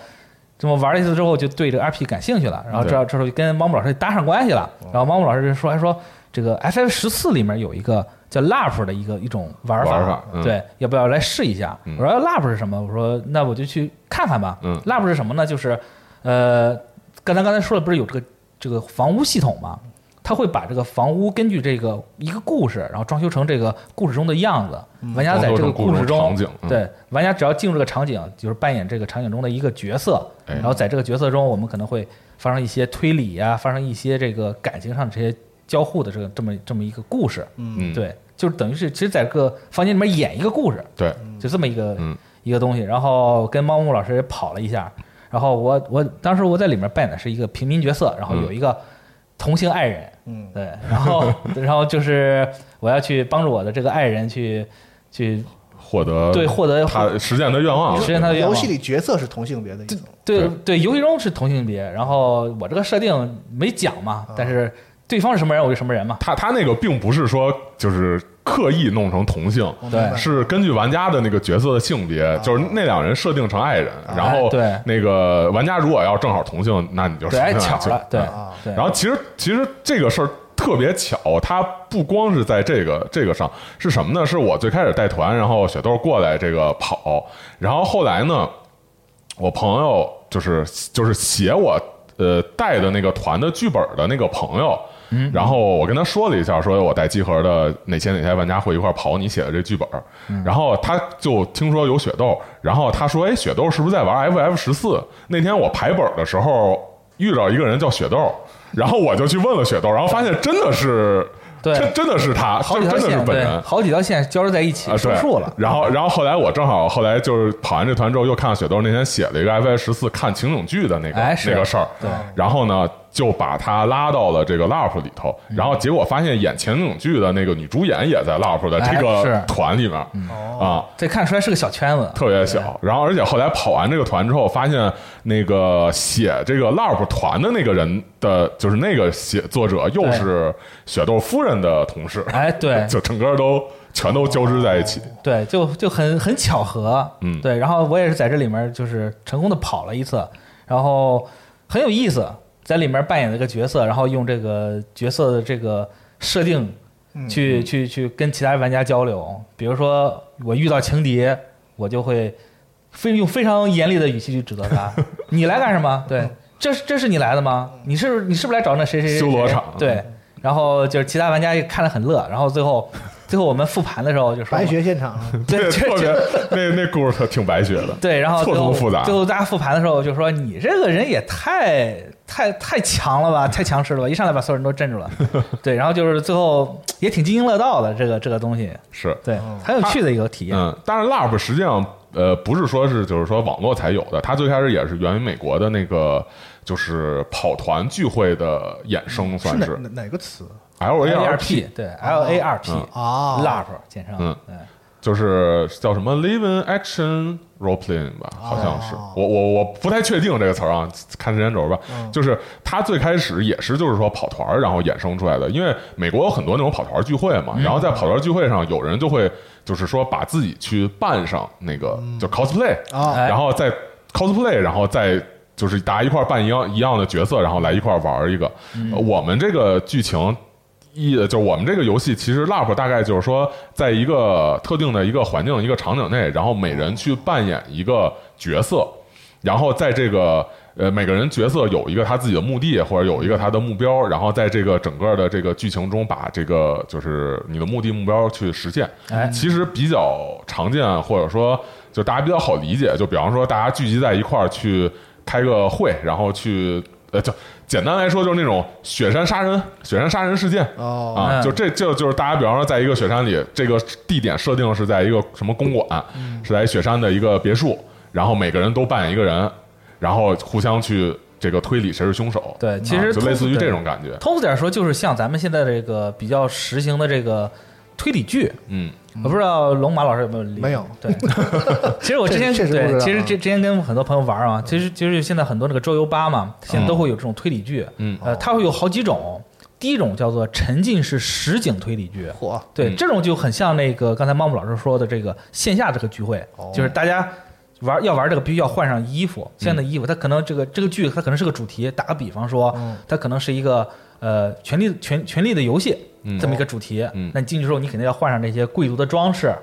S3: 这么玩了一次之后就对这个 RP 感兴趣了，然后这
S4: 对哦
S3: 这时候就跟猫木老师搭上关系了，然后猫木老师就说还说这个 FF 十四里面有一个叫 LARP 的一个一种玩法，
S4: 玩法嗯
S3: 对，要不要来试一下？
S4: 嗯
S3: 我说 LARP 是什么？我说那我就去看看吧。
S4: 嗯
S3: LARP 是什么呢？就是呃，刚才刚才说了，不是有这个这个房屋系统吗？他会把这个房屋根据这个一个故事，然后装修成这个故事中的样子。
S4: 嗯
S3: 玩家在这个故事中，
S4: 装修成故事中的场景嗯
S3: 对玩家只要进入这个场景，就是扮演这个场景中的一个角色。
S4: 哎
S3: 然后在这个角色中，我们可能会发生一些推理呀、发生一些这个感情上的这些交互的这个这么这么一个故事。
S4: 嗯，
S3: 对，就是等于是其实在这个房间里面演一个故事。
S4: 对，
S3: 就这么一个、
S4: 嗯
S3: 一个东西。然后跟猫木老师也跑了一下，然后我我当时我在里面扮演的是一个平民角色，然后
S4: 嗯
S3: 有一个同性爱人，
S2: 嗯，
S3: 对，然后然后就是我要去帮助我的这个爱人去去
S4: 获得
S3: 对获得
S4: 他实现他愿望，
S3: 实现他的愿
S2: 游
S3: 望
S2: 戏。里角色是同性别的意思吗，
S3: 对
S4: 对
S3: 对，游戏中是同性别，然后我这个设定没讲嘛，
S4: 啊
S3: 但是对方是什么人，我就什么人嘛。
S4: 他他那个并不是说就是刻意弄成同性，
S2: 我
S3: 对
S2: 明白
S4: 是根据玩家的那个角色的性别，就是那两人设定成爱人，然后
S3: 啊哎对
S4: 那个玩家如果要正好同性，那你就
S3: 对，
S4: 啊是
S3: 哎
S4: 同性
S3: 巧
S4: 爱情
S3: 了，对
S2: 啊
S3: 对。
S4: 然后其实其实这个事儿特别巧，它不光是在这个这个上是什么呢？是我最开始带团，然后雪豆过来这个跑，然后后来呢，我朋友就是就是写我呃带的那个团的剧本的那个朋友。
S3: 嗯
S4: 然后我跟他说了一下，说我带集合的哪些哪些玩家会一块儿跑你写的这剧本，
S3: 嗯
S4: 然后他就听说有雪豆，然后他说：“哎，雪豆是不是在玩 FF 十四？”那天我排本的时候遇到一个人叫雪豆，然后我就去问了雪豆，然后发现真的是，
S3: 对
S4: 真真的是他，
S3: 好
S4: 就
S3: 几条
S4: 真的是
S3: 线，
S4: 本
S3: 对
S4: 人，。
S3: 好几条线交织在一起，
S4: 啊，
S3: 收
S4: 对
S3: 束了。
S4: 然后，然后后来我正好后来就是跑完这团之后，又看到雪豆那天写了一个 F I 十四看情景剧的那个
S3: 哎是
S4: 那个事儿。
S3: 对
S4: 然后呢，就把他拉到了这个 LARP 里头，
S3: 嗯
S4: 然后结果发现演前景剧的那个女主演也在 LARP 的这
S3: 哎是
S4: 个团里面啊，
S3: 这看出来是个小圈子，
S4: 特别小。然后而且后来跑完这个团之后，发现那个写这个 LARP 团的那个人的，就是那个写作者又是雪豆夫人的同事，
S3: 哎，对
S4: 就整个都全都交织在一起。
S3: 对，就就很很巧合，
S4: 嗯
S3: 对。然后我也是在这里面就是成功的跑了一次，然后很有意思，在里面扮演了一个角色，然后用这个角色的这个设定去、去去跟其他玩家交流。比如说我遇到情敌，我就会非用非常严厉的语气去指责他：“你来干什么？对，这是这是你来的吗？你是不是你是不是来找那谁谁谁
S4: 修罗
S3: 谁
S4: 场
S3: 对。”然后就是其他玩家也看得很乐，然后最后最后我们复盘的时候就说
S2: 白学现场，
S3: 对，
S4: 特
S3: 就
S4: 别
S3: 就
S4: 那那故事挺白学的，
S3: 对，然后
S4: 错
S3: 最后
S4: 综复杂
S3: 最后大家复盘的时候就说：“你这个人也太太太强了吧，太强势了吧！一上来把所有人都震住 了。”对，然后就是最后也挺津津乐道的，这个这个东西，
S4: 是
S3: 对，很有趣的一个体验。
S4: 嗯，但是 LARP 实际上呃不是说是就是说网络才有的，它最开始也是源于美国的那个就是跑团聚会的衍生，
S2: 是
S4: 算
S2: 哪
S4: 是
S2: 哪哪个词
S4: L A R
S3: P 对 L A R P
S2: 啊
S3: LARP 简称，
S4: 嗯
S3: 对
S4: 就是叫什么 Live in Action Role Playing 吧，好像是，我我我不太确定这个词儿啊，看时间轴吧。就是它最开始也是就是说跑团儿，然后衍生出来的，因为美国有很多那种跑团儿聚会嘛，然后在跑团儿聚会上，有人就会就是说把自己去扮上那个就 cosplay，
S2: 啊
S3: 哎
S4: 然后再 cosplay，然后再就是大家一块儿扮一样一样的角色，然后来一块儿玩儿一个。呃我们这个剧情。一就我们这个游戏，其实 LARP 大概就是说，在一个特定的一个环境、一个场景内，然后每人去扮演一个角色，然后在这个呃每个人角色有一个他自己的目的，或者有一个他的目标，然后在这个整个的这个剧情中，把这个就是你的目的目标去实现。
S3: 哎
S4: 其实比较常见，或者说就大家比较好理解，就比方说大家聚集在一块儿去开个会，然后去呃就。简单来说，就是那种雪山杀人、雪山杀人事件
S2: 哦
S4: 啊，
S3: 嗯
S4: 就这就就是大家，比方说在一个雪山里，这个地点设定是在一个什么公馆，是在雪山的一个别墅，然后每个人都扮演一个人，然后互相去这个推理谁是凶手。
S3: 对，其
S4: 啊
S3: 实
S4: 就类似于
S3: 通
S4: 这种感觉
S3: 对。通俗点说，就是像咱们现在这个比较实行的这个推理剧，
S4: 嗯，
S3: 我不知道龙马老师有没有理解
S2: 没有？
S3: 对， 其实我之前
S2: 确实确实不知道
S3: 对，
S2: 嗯
S3: 其实之之前跟很多朋友玩啊，其实其实现在很多那个桌游吧嘛，现在都会有这种推理剧，
S4: 嗯
S3: 呃，它会有好几种。第一种叫做沉浸式实景推理剧，
S2: 火
S3: 对，
S4: 嗯
S3: 这种就很像那个刚才猫木老师说的这个线下这个聚会，
S4: 哦
S3: 就是大家玩要玩这个必须要换上衣
S4: 嗯
S3: 服，现在的衣服，它可能这个这个剧它可能是个主题，打个比方说，
S4: 嗯
S3: 它可能是一个呃权力权权力的游戏
S4: 嗯
S3: 这么一个主题，
S4: 嗯
S3: 那你进去之后，你肯定要换上这些贵族的装饰，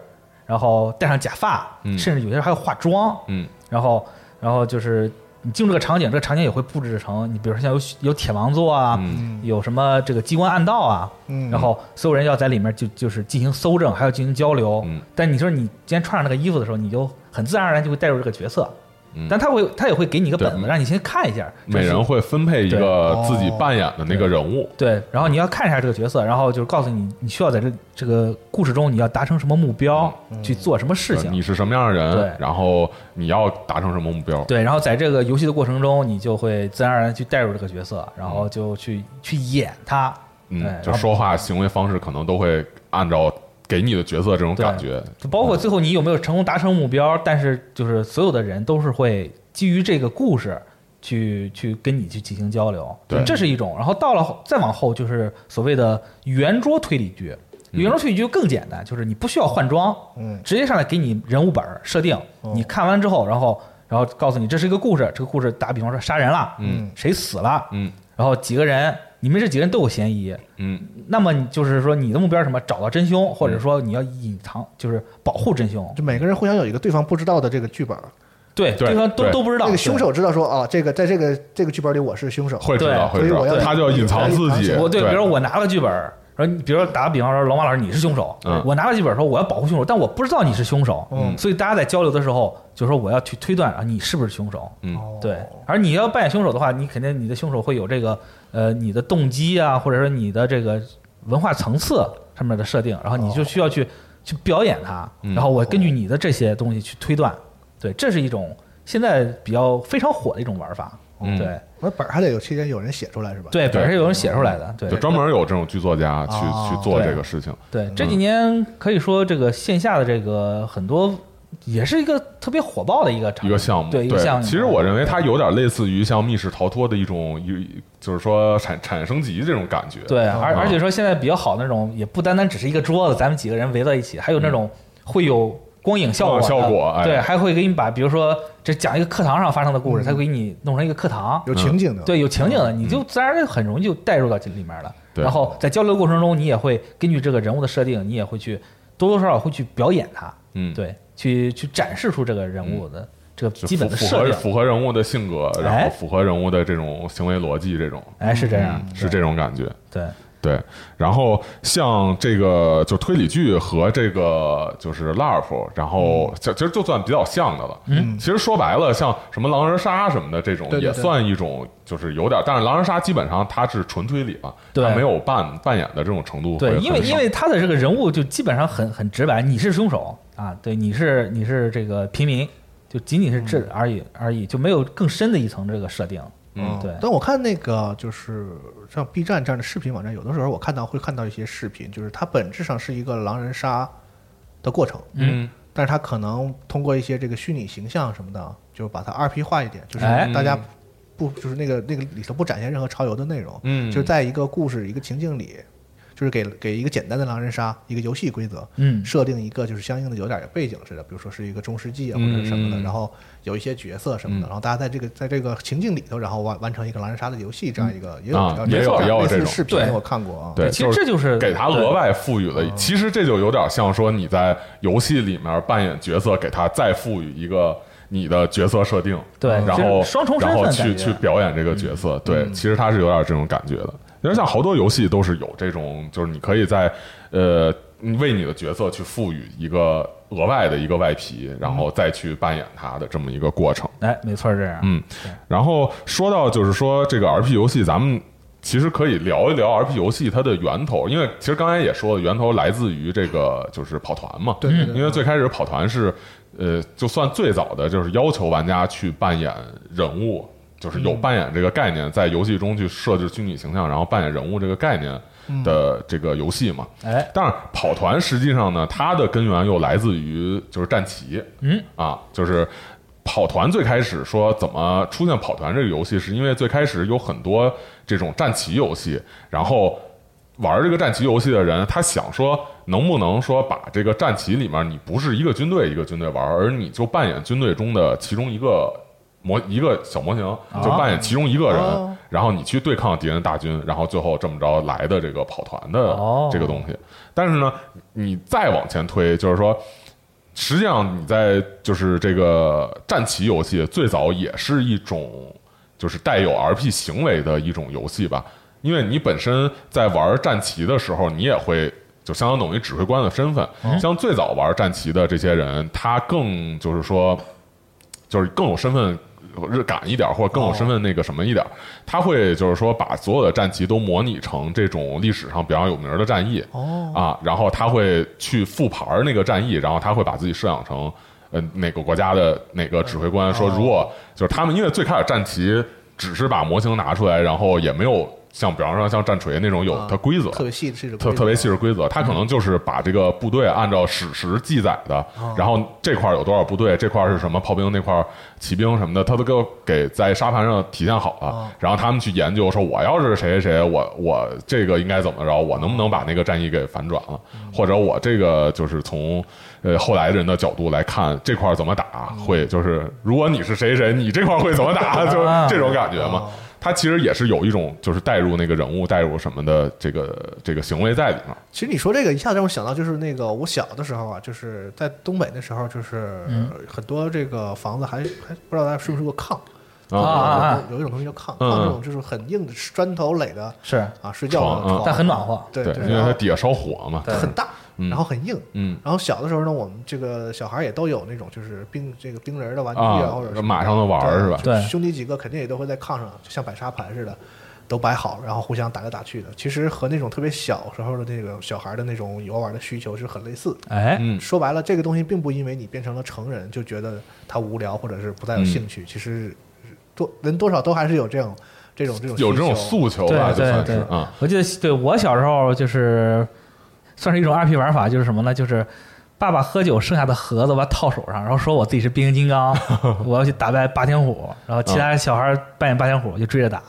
S3: 然后戴上假发，
S4: 嗯
S3: 甚至有些人还要化妆，
S4: 嗯
S3: 然后然后就是你进入这个场景，这个场景也会布置成你比如说像有有铁王座啊，
S4: 嗯
S3: 有什么这个机关暗道啊，
S2: 嗯
S3: 然后所有人要在里面就就是进行搜证，还要进行交流。
S4: 嗯
S3: 但你说你今天穿上那个衣服的时候，你就很自然而然就会带入这个角色，
S4: 嗯
S3: 但他会他也会给你一个本子，
S4: 对
S3: 让你先看一下，
S4: 每
S3: 就是
S4: 人会分配一个
S2: 对
S4: 自己扮演的那个人物。
S3: 对，然后你要看一下这个角色，然后就是告诉你你需要在这这个故事中你要达成什么目标，去做什么事情。
S4: 嗯呃你是什么样的人
S3: 对，
S4: 然后你要达成什么目标？
S3: 对，然后在这个游戏的过程中，你就会自然而然去带入这个角色，然后就去、去演他。
S4: 嗯
S3: 对，
S4: 就
S3: 然后
S4: 说话、行为方式可能都会按照给你的角色这种感觉。
S3: 就包括最后你有没有成功达成目标，但是就是所有的人都是会基于这个故事去去跟你去进行交流，
S4: 对
S3: 这是一种。然后到了后再往后就是所谓的圆桌推理剧，
S4: 嗯
S3: 圆桌推理剧更简单，就是你不需要换装，
S2: 嗯
S3: 直接上来给你人物本儿设定，你看完之后，然后然后告诉你这是一个故事，这个故事打比方说杀人了，
S4: 嗯，
S3: 谁死了，
S4: 嗯
S3: 然后几个人，你们这几个人都有嫌疑，
S4: 嗯
S3: 那么你就是说你的目标是什么？找到真凶，或者说你要隐藏，就是保护真凶。
S2: 就每个人互相有一个对方不知道的这个剧本，
S3: 对，
S4: 对
S3: 对方都
S4: 对
S3: 都不知道
S2: 那个凶。手知道说啊，这个在这个这个剧本里我是凶手，
S4: 会知
S3: 对
S4: 道，会知
S2: 所以我
S4: 道，
S2: 要
S4: 他就隐藏自己。
S3: 对我对，
S4: 对，
S3: 比如说我拿了剧本，然后你比如说打个比方说，龙马老师你是凶手
S4: 嗯，
S3: 我拿了剧本说我要保护凶手，但我不知道你是凶手，
S2: 嗯
S3: 所以大家在交流的时候就说我要去推断啊你是不是凶手。
S4: 嗯，
S2: 哦
S3: 对，而你要扮演凶手的话，你肯定你的凶手会有这个呃你的动机啊，或者说你的这个文化层次上面的设定，然后你就
S4: 哦
S3: 需要去、去表演它，
S4: 嗯
S3: 然后我根据你的这些东西去推断，对，这是一种现在比较非常火的一种玩法，
S4: 嗯，
S3: 对
S2: 那本儿还得有期间有人写出来是吧？，
S3: 对，本身有人写出来的，对
S4: 嗯就专嗯门有这种剧作家去、
S2: 哦
S4: 去做
S3: 对
S4: 这个事情。
S3: 对，这几年可以说这个线下的这个很多也是一个特别火爆的一个场
S4: 一个项目，
S3: 对一个项目。
S4: 其实我认为它有点类似于像密室逃脱的一种，一就是说产产生级这种感觉。
S3: 对，而
S4: 嗯
S3: 而且说现在比较好的那种，也不单单只是一个桌子，咱们几个人围在一起，还有那种会有光影效果的，
S4: 光影嗯效果哎嗯
S3: 对，还会给你把，比如说这讲一个课堂上发生的故事，它给你弄成一个课堂，
S2: 有情景的。
S3: 对，有情景的，你就自然就很容易就带入到这里面了。
S4: 对
S3: 然后在交流过程中，你也会根据这个人物的设定，你也会去多多少少会去表演他，
S4: 嗯，，
S3: 对，去去展示出这个人物的这个
S4: 就
S3: 基本的
S4: 符
S3: 设
S4: 合
S3: 定，
S4: 符合人物的性格，然
S3: 哎
S4: 后符合人物的这种行为逻辑，这种
S3: 哎，是这样，
S4: 嗯是这种感觉。
S3: 对，
S4: 对，然后像这个就推理剧和这个就是 LARP，然后其其实就算比较像的了。嗯，其实说白了，像什么狼人杀什么的这种，
S2: 对对
S4: 也
S2: 对
S4: 算一种就是有点，但是狼人杀基本上它是纯推理嘛，
S3: 对
S4: 它没有扮扮演的这种程度会
S3: 对，
S4: 很
S3: 因为
S4: 少
S3: 因为他的这个人物就基本上很很直白，你是凶手啊，对，你是你是这个平民，就仅仅是这而已、而已，就没有更深的一层这个设定。
S4: 嗯
S3: 对
S2: 但我看那个就是像 B 站这样的视频网站，有的时候我看到会看到一些视频，就是它本质上是一个狼人杀的过程，
S4: 嗯
S2: 但是它可能通过一些这个虚拟形象什么的，就把它二 P 化一点，就是
S3: 哎
S2: 大
S4: 嗯
S2: 家不、就是那个那个里头不展现任何潮流的内容，
S4: 嗯
S2: 就在一个故事一个情境里。就是给给一个简单的狼人杀一个游戏规则，
S3: 嗯
S2: 设定一个就是相应的有点背景似的，比如说是一个中世纪啊或者什么的，
S4: 嗯
S2: 然后有一些角色什么的，
S4: 嗯
S2: 然后大家在这个在这个情境里头，然后完完成一个狼人杀的游戏这样一个，也
S4: 啊
S2: 有
S4: 也有也有
S2: 类似
S4: 这
S2: 的
S4: 种
S2: 视频
S3: 对
S2: 我看过啊，
S4: 对，
S3: 其实这就是
S4: 给他额外赋予了，其实这就有点像说你在游戏里面扮演角色，给他再赋予一个你的角色设定，
S3: 对
S4: 然
S3: 就
S4: 后
S3: 是双重身
S4: 然
S3: 份
S4: 后
S3: 感觉嗯
S4: 去去表演这个角色，对，其实他是有点这种感觉的。因为像好多游戏都是有这种，就是你可以在呃你为你的角色去赋予一个额外的一个外皮，然后再去扮演他的这么一个过程。
S3: 哎，没错，这样。
S4: 嗯，然后说到就是说这个 RP 游戏，咱们其实可以聊一聊 RP 游戏它的源头，因为其实刚才也说了，源头来自于这个就是跑团嘛，
S2: 对对对
S4: 因为最开始跑团是呃，就算最早的就是要求玩家去扮演人物，就是
S2: 嗯
S4: 有扮演这个概念，在游戏中去设置虚拟形象，然后扮演人物这个概念
S2: 嗯
S4: 的这个游戏嘛，
S3: 哎，
S4: 但是跑团实际上呢，它的根源又来自于就是战旗，
S3: 嗯
S4: 啊，就是跑团最开始说怎么出现跑团这个游戏，是因为最开始有很多这种战棋游戏，然后玩这个战棋游戏的人，他想说能不能说把这个战棋里面你不是一个军队一个军队玩，而你就扮演军队中的其中一个。模一个小模型就扮演其中一个人，
S2: 哦
S4: 然后你去对抗敌人大军，然后最后这么着来的这个跑团的
S3: 哦
S4: 这个东西。但是呢，你再往前推，就是说，实际上你在就是这个战棋游戏最早也是一种就是带有 RP 行为的一种游戏吧，因为你本身在玩战棋的时候，你也会。就相当等于指挥官的身份，像最早玩战棋的这些人，他更就是说，就是更有身份呃感一点，或者更有身份那个什么一点。他会就是说把所有的战旗都模拟成这种历史上比较有名的战役，
S2: 哦
S4: 啊，然后他会去复盘那个战役，然后他会把自己设想成呃哪个国家的哪个指挥
S2: 哦
S4: 官说，如果就是他们因为最开始战旗只是把模型拿出来，然后也没有像比方说像战锤那种有它规则，
S2: 啊特别细致的规
S4: 特
S2: 则，
S4: 特别细致规则，他可能就是把这个部队按照史实记载的，然后这块儿有多少部队，这块儿是什么炮兵，那块儿骑兵什么的，他都给我给在沙盘上体现好了。然后他们去研究说，我要是谁谁谁，我我这个应该怎么着，我能不能把那个战役给反转了，或者我这个就是从呃后来人的角度来看这块儿怎么打，会就是如果你是谁谁，你这块儿会怎么打，就是这种感觉嘛。他其实也是有一种就是带入那个人物、带入什么的这个这个行为在里面。
S2: 其实你说这个一下让我想到，就是那个我小的时候啊，就是在东北那时候，就是
S4: 嗯
S2: 很多这这个房子还还不知道大家睡不睡过炕
S4: 啊
S3: 啊啊
S2: 有有一种东西叫炕，
S4: 嗯
S2: 炕这种就是很硬的砖头垒的
S3: 是，
S2: 啊，睡觉的
S4: 床嗯
S2: 床，
S3: 但很暖和。
S2: 对
S4: 因为
S2: 然
S4: 它
S2: 后
S4: 底下烧火嘛。
S3: 对
S2: 很大，
S4: 嗯
S2: 然后很硬。
S4: 嗯
S2: 然后小的时候呢，我们这个小孩也都有那种就是冰这个冰人儿的玩具啊，
S4: 啊
S2: 或者什，么
S4: 马上就玩儿是吧？
S3: 对
S2: 兄弟几个肯定也都会在炕上，就像摆沙盘似的，都摆好，然后互相打来打去的。其实和那种特别小时候的那个小孩的那种游玩的需求是很类似的。
S3: 哎，
S4: 嗯
S2: 说白了，这个东西并不因为你变成了成人就觉得它无聊或者是不再有兴趣，其实多人多少都还是有这样这种这种
S4: 有这种
S2: 需求
S4: 诉求吧，
S3: 对
S4: 就
S3: 对
S4: 算是
S3: 对
S4: 啊，
S3: 我记得对我小时候就是算是一种 RP 玩法，就是什么呢？就是爸爸喝酒剩下的盒子我要套手上，然后说我自己是变形金 刚，我要去打败霸天虎，然后其
S4: 啊
S3: 他小孩扮演霸天虎就追着打。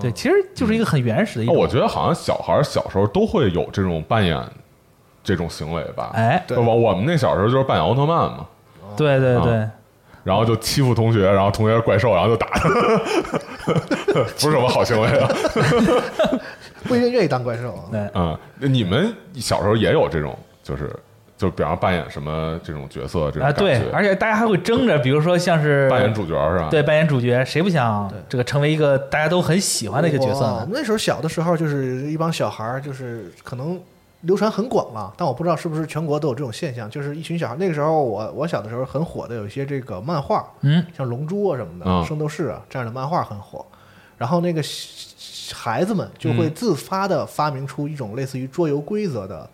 S3: 对，其实就是一个很原始的一
S4: 那
S3: 种。
S4: 哦我觉得好像小孩儿小时候都会有这种扮演这种行为吧。
S3: 哎，
S2: 对
S4: 我我们那小时候就是扮演奥特曼嘛，
S3: 对
S4: 啊
S3: 对啊对。
S4: 然后就欺负同学，然后同学是怪兽，然后就打他， 不是什么好行为啊。
S2: 不一定愿意当怪兽啊。
S3: 对，
S4: 啊、那你们小时候也有这种，就是就比方扮演什么这种角色这种
S3: 啊
S4: 感觉，
S3: 对，而且大家还会争着，比如说像是
S4: 扮演主角是吧？
S3: 对扮演主角，谁不想这个成为一个大家都很喜欢的一个角色
S2: 我
S3: 呢？
S2: 们那时候小的时候，就是一帮小孩儿，就是可能流传很广了，但我不知道是不是全国都有这种现象，就是一群小孩儿。那个时候我我小的时候很火的，有一些这个漫画，
S3: 嗯，
S2: 像《龙珠》啊什么的，
S4: 嗯
S2: 圣斗士》啊这样的漫画很火。然后那个孩子们就会自发的发明出一种类似于桌游规则的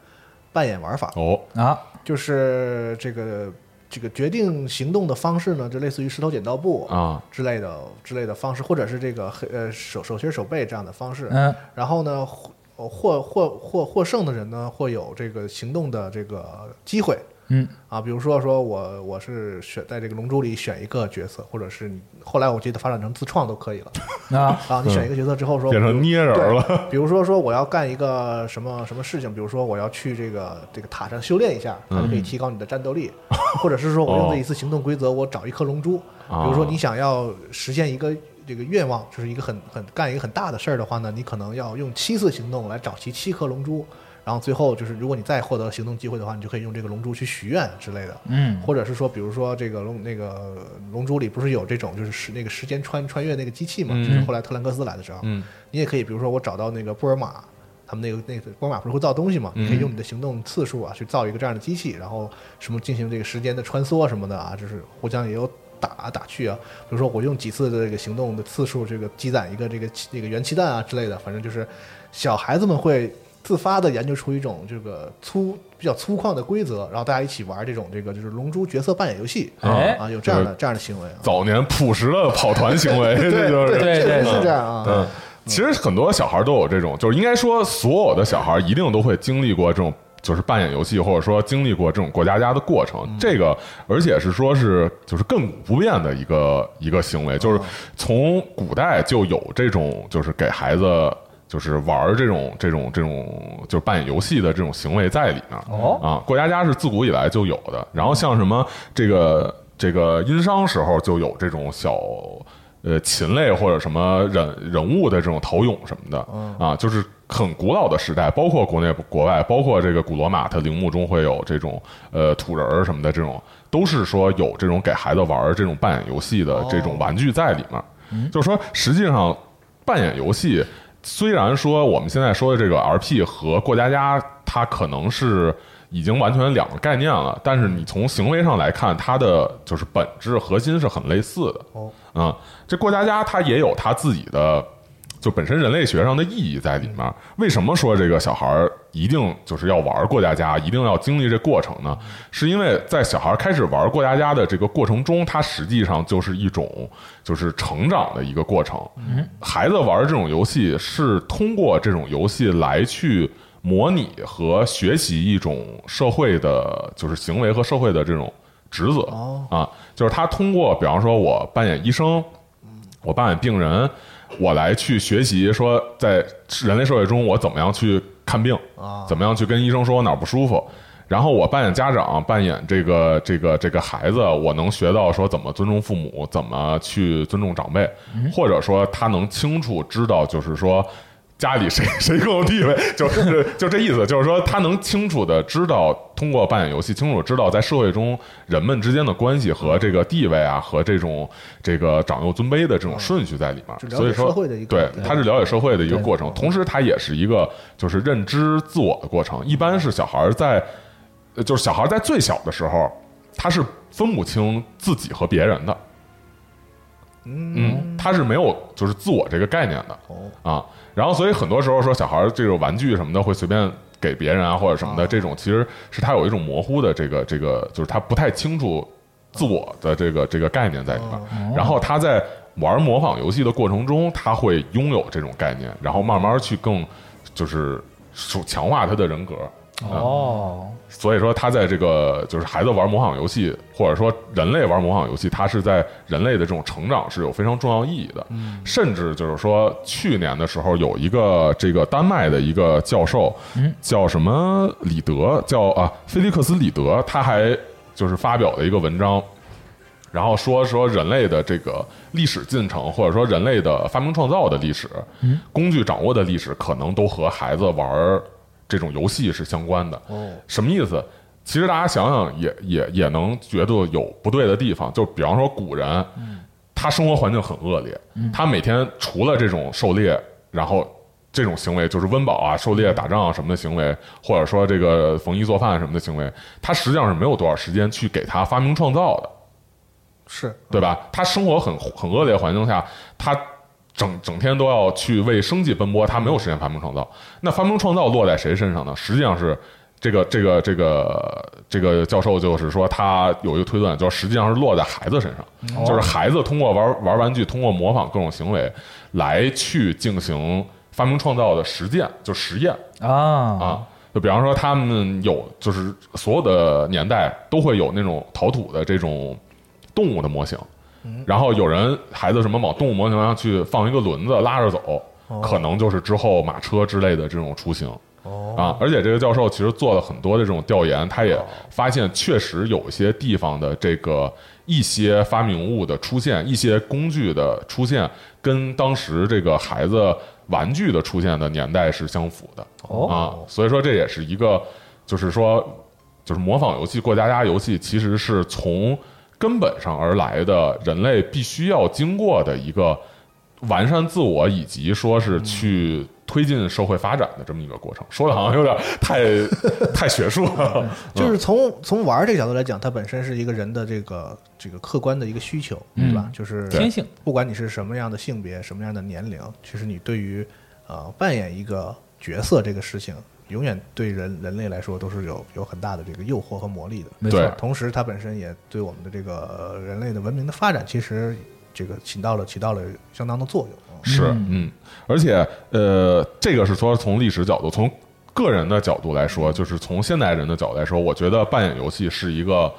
S2: 扮演玩法，
S4: 哦，
S3: 啊，
S2: 就是这个这个决定行动的方式呢，就类似于石头剪刀布
S4: 啊
S2: 之类的之类的方式，或者是这个黑呃手手心手背这样的方式。
S3: 嗯，
S2: 然后呢，获获获获获胜的人呢，会有这个行动的这个机会。
S3: 嗯
S2: 啊，比如说说我我是选在这个龙珠里选一个角色，或者是你后来我记得发展成自创都可以了。
S3: 啊，
S2: 啊，你选一个角色之后说
S4: 变成捏人儿了，
S2: 比如说说我要干一个什么什么事情，比如说我要去这个这个塔上修炼一下，它就可以提高你的战斗力，或者是说我用这一次行动规则，我找一颗龙珠，比如说你想要实现一个。这个愿望就是一个很很干一个很大的事儿的话呢，你可能要用七次行动来找齐七颗龙珠，然后最后就是如果你再获得行动机会的话，你就可以用这个龙珠去许愿之类的。
S3: 嗯，
S2: 或者是说，比如说这个龙那个龙珠里不是有这种就是时那个时间穿穿越那个机器嘛？就是后来特兰克斯来的时候，
S4: 嗯
S2: 你也可以，比如说我找到那个布尔玛，他们那个那个布尔玛不是会造东西嘛？
S3: 嗯
S2: 你可以用你的行动次数啊去造一个这样的机器，然后什么进行这个时间的穿梭什么的啊，就是互相也有。打啊打去啊，比如说我用几次的这个行动的次数，这个积攒一个这个气这个元气弹啊之类的，反正就是小孩子们会自发的研究出一种这个粗比较粗犷的规则，然后大家一起玩这种这个就是龙珠角色扮演游戏
S3: 哎
S2: 啊，有这样的这样的行为啊，
S4: 早年朴实的跑团行为，这就是
S3: 对
S2: 确实是这样啊，
S4: 嗯，其实很多小孩都有这种，就是应该说所有的小孩一定都会经历过这种。就是扮演游戏，或者说经历过这种过家家的过程，这个而且是说是就是亘古不变的一个一个行为，就是从古代就有这种就是给孩子就是玩儿这种这种这种就是扮演游戏的这种行为在里面儿。
S3: 哦
S4: 啊，过家家是自古以来就有的。然后像什么这个这个殷商时候就有这种小呃禽类或者什么人人物的这种陶俑什么的、啊，就是很古老的时代，包括国内国外，包括这个古罗马，它陵墓中会有这种呃土人儿什么的这种，都是说有这种给孩子玩儿这种扮演游戏的这种玩具在里面儿。就是说，实际上扮演游戏。虽然说我们现在说的这个 RP 和过家家，它可能是已经完全两个概念了，但是你从行为上来看，它的就是本质核心是很类似的。
S2: 哦，
S4: 嗯，这过家家它也有它自己的。就本身人类学上的意义在里面，为什么说这个小孩儿一定就是要玩过家家，一定要经历这过程呢？是因为在小孩儿开始玩过家家的这个过程中，它实际上就是一种就是成长的一个过程。孩子玩这种游戏是通过这种游戏来去模拟和学习一种社会的，就是行为和社会的这种职责啊，就是他通过比方说我扮演医生，我扮演病人，我来去学习说在人类社会中我怎么样去看病
S2: 啊
S4: 怎么样去跟医生说我哪儿不舒服。然后我扮演家长，扮演这个这个这个孩子，我能学到说怎么尊重父母，怎么去尊重长辈，或者说他能清楚知道，就是说家里谁 谁更有地位，就是就这意思，就是说他能清楚的知道，通过扮演游戏清楚地知道在社会中人们之间的关系和这个地位啊，和这种这个长幼尊卑的这种顺序在里面。
S2: 就了解
S4: 所以说，
S2: 社会的一个
S4: 对
S2: 对，
S4: 它是了解社会的一个过程，同时它也是一个就是认知自我的过程。一般是小孩儿在，呃就是小孩儿在最小的时候，他是分不清自己和别人的，嗯，他是没有就是自我这个概念的。
S2: 哦，
S4: 啊。然后，所以很多时候说小孩儿这种玩具什么的会随便给别人啊，或者什么的，这种其实是他有一种模糊的这个这个，就是他不太清楚自我的这个这个概念在里面。然后他在玩模仿游戏的过程中，他会拥有这种概念，然后慢慢去更就是强化他的人格。
S3: 哦，
S4: 所以说，他在这个就是孩子玩模仿游戏，或者说人类玩模仿游戏，它是在人类的这种成长是有非常重要意义的。甚至就是说，去年的时候有一个这个丹麦的一个教授，叫什么里德，叫啊菲利克斯里德，他还就是发表了一个文章，然后说说人类的这个历史进程，或者说人类的发明创造的历史，工具掌握的历史，可能都和孩子玩儿这种游戏是相关的。
S2: 哦，
S4: 什么意思？其实大家想想也也也能觉得有不对的地方，就比方说古人，他生活环境很恶劣，他每天除了这种狩猎，然后这种行为就是温饱啊、狩猎、打仗啊什么的行为，或者说这个缝衣做饭什么的行为，他实际上是没有多少时间去给他发明创造的。
S2: 是
S4: 对吧？他生活很很恶劣的环境下，他整整天都要去为生计奔波，他没有时间发明创造。那发明创造落在谁身上呢？实际上是这个这个这个这个教授就是说，他有一个推断，就是实际上是落在孩子身上，就是孩子通过玩玩玩具，通过模仿各种行为来去进行发明创造的实践，就实验。
S3: 啊
S4: 啊。就比方说，他们有就是所有的年代都会有那种陶土的这种动物的模型，然后有人孩子什么往动物模型上去放一个轮子拉着走，可能就是之后马车之类的这种雏形。啊，而且这个教授其实做了很多的这种调研，他也发现确实有一些地方的这个一些发明物的出现，一些工具的出现，跟当时这个孩子玩具的出现的年代是相符的。啊，所以说这也是一个，就是说，就是模仿游戏、过家家游戏，其实是从根本上而来的人类必须要经过的一个完善自我，以及说是去推进社会发展的这么一个过程。说的好像有点 太太学术了，嗯
S3: 嗯
S2: 就是从从玩儿这个角度来讲，它本身是一个人的这个这个客观的一个需求，对吧？就是
S3: 嗯天性，
S2: 不管你是什么样的性别、什么样的年龄，其实你对于呃扮演一个角色这个事情，永远对人人类来说都是有有很大的这个诱惑和魔力的。
S3: 没错
S4: 对，
S2: 同时，它本身也对我们的这个呃人类的文明的发展，其实这个起到了起到了相当的作用。嗯
S4: 是，嗯，而且呃，这个是说从历史角度，从个人的角度来说，就是从现代人的角度来说，我觉得扮演游戏是一个。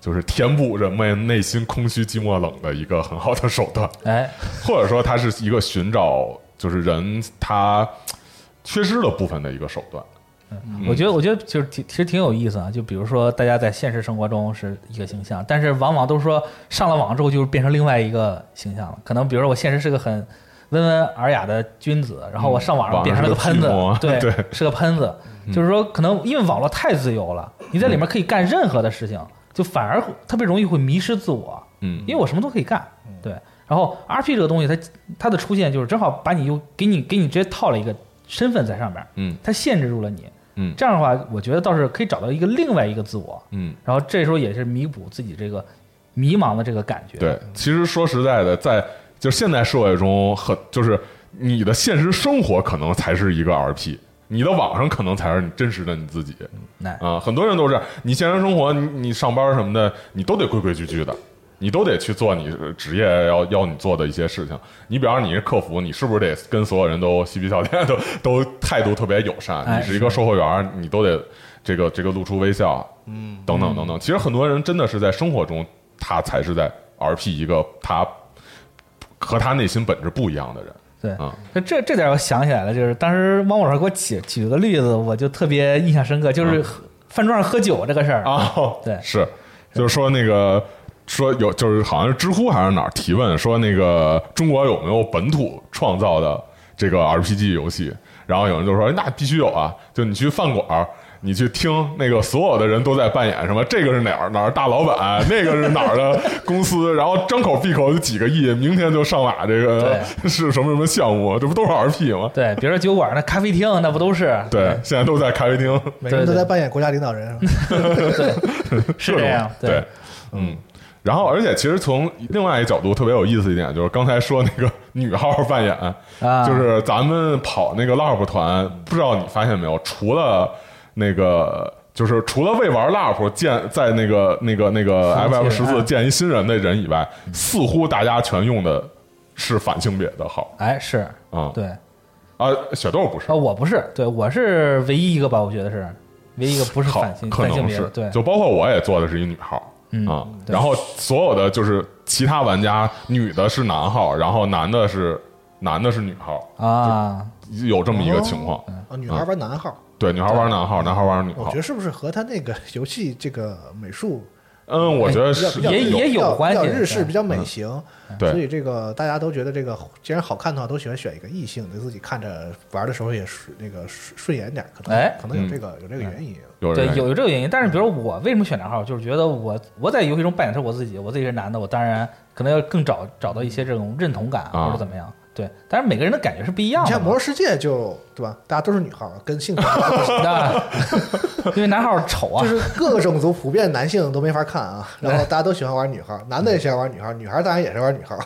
S4: 就是填补人们内心空虚、寂寞、冷的一个很好的手段，
S3: 哎，
S4: 或者说它是一个寻找就是人他缺失的部分的一个手段。嗯
S3: 我觉得，我觉得就是挺，其实挺有意思啊。就比如说，大家在现实生活中是一个形象，但是往往都是说上了网之后就是变成另外一个形象了。可能比如说，我现实是个很温文尔雅的君子，然后我上网上
S4: 嗯网上
S3: 变成了个
S4: 是个
S3: 喷子
S4: 寂寞，
S3: 对，
S4: 对嗯
S3: 是个喷子。 就是说，可能因为网络太自由了，你在里面可以干任何的事情，就反而特别容易会迷失自我。
S4: 嗯
S3: 因为我什么都可以干，对。然后 RP 这个东西它，它的出现就是正好把你又给你给你直接套了一个身份在上面，
S4: 嗯
S3: 它限制住了你。
S4: 嗯
S3: 这样的话，我觉得倒是可以找到一个另外一个自我，
S4: 嗯，
S3: 然后这时候也是弥补自己这个迷茫的这个感觉。，
S4: 对。其实说实在的，在就是现代社会中很，就是你的现实生活可能才是一个 RP，你的网上可能才是你真实的你自己。
S3: 那
S4: 啊，很多人都是你现实生活，你你上班什么的，你都得规规矩矩的，你都得去做你职业要要你做的一些事情。你比方说你是客服，你是不是得跟所有人都嬉皮笑脸， 都都态度特别友善？
S3: 哎
S4: 你是一个售货员，你都得这个这个露出微笑，嗯，等等等等。其实很多人真的是在生活中，他才是在 RP 一个他和他内心本质不一样的人。
S3: 对
S4: 啊，
S3: 那这这点我想起来了，就是当时汪老师给我举举了个例子，我就特别印象深刻，就是喝饭桌上喝酒这个事儿。
S4: 嗯啊，
S3: 对
S4: 是，就是说那个说有，就是好像是知乎还是哪儿提问说那个中国有没有本土创造的这个 RPG 游戏，然后有人就说那必须有啊，就你去饭馆儿。你去听那个，所有的人都在扮演什么？这个是哪儿哪儿大老板，那个是哪儿的公司，然后张口闭口就几个亿，明天就上马这个 是什么什么项目？这不都是 RP 吗？
S3: 对，比如说酒馆、那咖啡厅，那不都是？
S4: 对，现在都在咖啡厅。
S2: 每个人都
S3: 对
S2: 在
S3: 对
S2: 扮演国家领导人，
S3: 是这样。
S4: 对，嗯。然后，而且其实从另外一角度特别有意思一点，就是刚才说那个女号扮演，
S3: 啊
S4: 就是咱们跑那个 LARP 团，不知道你发现没有？除了那个，就是除了为玩 LARP 建在那个那个那个
S3: 服务器
S4: FF 十
S3: 哎
S4: 四建一新人的人以外，似乎大家全用的是反性别的好
S3: 哎，是
S4: 啊、
S3: 对
S4: 啊，小豆不是
S3: 啊，我不是，对我是唯一一个吧，我觉得是唯一一个不是
S4: 好
S3: 反性
S4: 可
S3: 反性
S4: 能
S3: 别
S4: 是
S3: 的，对，
S4: 就包括我也做的是一女号
S3: 嗯
S4: 啊、
S3: 对
S4: 然后所有的就是其他玩家女的是男号，然后男的是男的是女号，
S3: 啊，
S4: 有这么一个情况。
S2: 啊，女孩玩男
S3: 嗯
S2: 号，
S4: 对，女孩玩男号，男孩玩女
S2: 我
S4: 号
S2: 觉得。是不是和他那个 游戏这个美术
S4: 嗯，我觉得
S2: 比较
S4: 是
S2: 比较
S3: 呃也也
S2: 比较
S3: 有关系
S2: 比较日式
S3: 对
S2: 比较美型，
S4: 对
S2: 所以这个大家都觉得这个既然好看的话，都喜欢选一个异性的，自己看着玩的时候也是那个顺顺眼点儿，可能、
S3: 哎
S2: 可能有这个、有这个原因。
S4: 有
S3: 对
S4: 人，嗯
S3: 有有这个原因。但是，比如我为什么选男号，就是觉得我我在游戏中扮演的是我自己，我自己是男的，我当然可能要更找找到一些这种认同感
S4: 啊
S3: 或者怎么样。对，但是每个人的感觉是不一样
S2: 你
S3: 的
S2: 像《魔
S3: 嘛。
S2: 兽世界就》对吧？大家都是女号，跟性格
S3: 那因为男号丑啊
S2: 就，是各个种族普遍男性都没法看啊，然后大家都喜欢玩女号，男的也喜欢玩女号，女孩当然也是玩女号。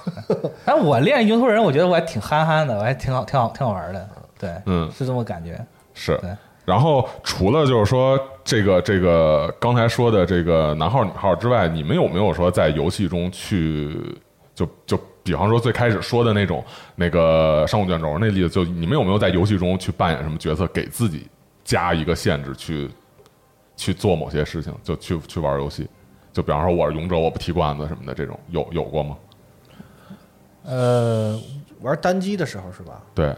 S3: 但我练牛头人，我觉得我还挺憨憨的，我还挺好，挺好，挺好玩的。对，
S4: 嗯
S3: 是这么感觉。
S4: 是
S3: 对。
S4: 然后除了就是说这个这个刚才说的这个男号女号之外，你们有没有说在游戏中去就就比方说最开始说的那种那个上古卷轴那例子，就你们有没有在游戏中去扮演什么角色，给自己加一个限制去去做某些事情，就去去玩游戏？就比方说我是勇者，我不踢罐子什么的，这种有有过吗？
S3: 呃，
S2: 玩单机的时候是吧？
S4: 对，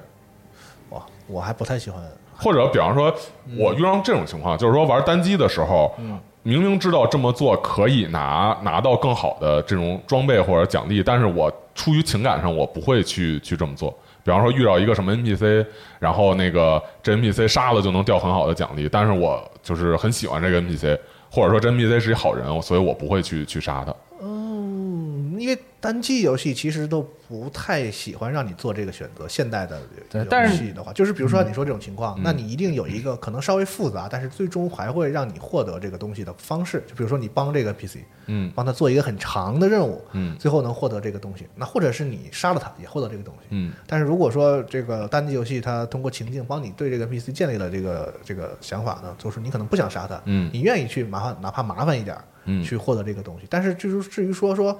S2: 哇，我还不太喜欢。
S4: 或者比方说，我遇上这种情况，就是说玩单机的时候，
S3: 嗯
S4: 明明知道这么做可以拿拿到更好的这种装备或者奖励，但是我出于情感上，我不会去去这么做。比方说遇到一个什么 NPC，然后那个这 NPC 杀了就能掉很好的奖励，但是我就是很喜欢这个 NPC，或者说这 NPC 是一好人，所以我不会去去杀他。
S2: 嗯，因为单机游戏其实都不太喜欢让你做这个选择。现代的
S3: 对但
S2: 游
S3: 是嗯
S2: 戏的话，就是比如说你说这种情况，那你一定有一个可能稍微复杂，但是最终还会让你获得这个东西的方式。就比如说你帮这个 PC，
S4: 嗯
S2: 帮他做一个很长的任务，
S4: 嗯
S2: 最后能获得这个东西。那或者是你杀了他也获得这个东西。
S4: 嗯
S2: 但是如果说这个单机游戏它通过情境帮你对这个 NPC 建立了这个这个想法呢，就是你可能不想杀他，
S4: 嗯
S2: 你愿意去麻烦哪怕麻烦一点儿，
S4: 嗯
S2: 去获得这个东西。但是就是至于说说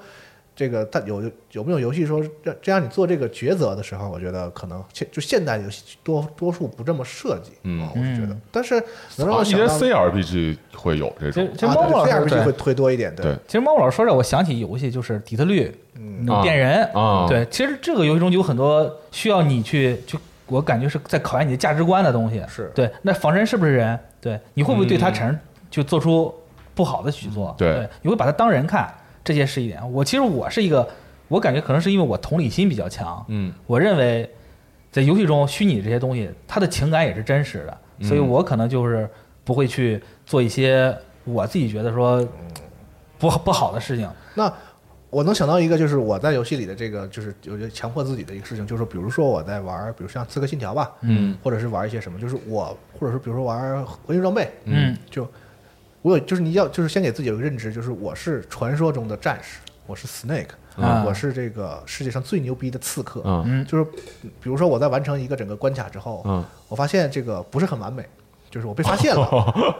S2: 这个它有有没有游戏说让这样你做这个抉择的时候，我觉得可能现就现代游戏多多数不这么设计，
S4: 嗯
S2: 啊我是觉得，但是能让
S4: 啊，
S2: 我
S4: 一
S2: 想
S4: 些
S2: 到
S4: CRPG 会有这种啊
S3: 其实，其实猫猫老
S2: 这
S3: 师
S2: 样
S3: 对
S2: RPG 会推多一点，
S4: 对
S3: 其实猫老师说这，我想起游戏就是底特律，嗯
S4: 啊
S3: 变人
S4: 啊
S3: 对，其实这个游戏中有很多需要你去去，我感觉是在考验你的价值观的东西。
S2: 是
S3: 对，那仿真是不是人？对，你会不会对他产生就做出不好的举措？
S4: 对
S3: 你会把他当人看，这些是一点。我其实我是一个，我感觉可能是因为我同理心比较强，
S4: 嗯
S3: 我认为在游戏中虚拟这些东西，它的情感也是真实的，所以我可能就是不会去做一些我自己觉得说不不好的事情。
S2: 那我能想到一个，就是我在游戏里的这个，就是有些强迫自己的一个事情，就是比如说我在玩，比如像《刺客信条》吧，
S3: 嗯，
S2: 或者是玩一些什么，就是我，或者是比如说玩《合金装备》，
S3: 嗯，
S2: 就我有，就是你要，就是先给自己有个认知，就是我是传说中的战士，我是 Snake，、
S3: 啊
S2: 我是这个世界上最牛逼的刺客，
S4: 嗯
S3: 嗯
S2: 就是比如说我在完成一个整个关卡之后，
S4: 嗯
S2: 我发现这个不是很完美。就是我被发现 了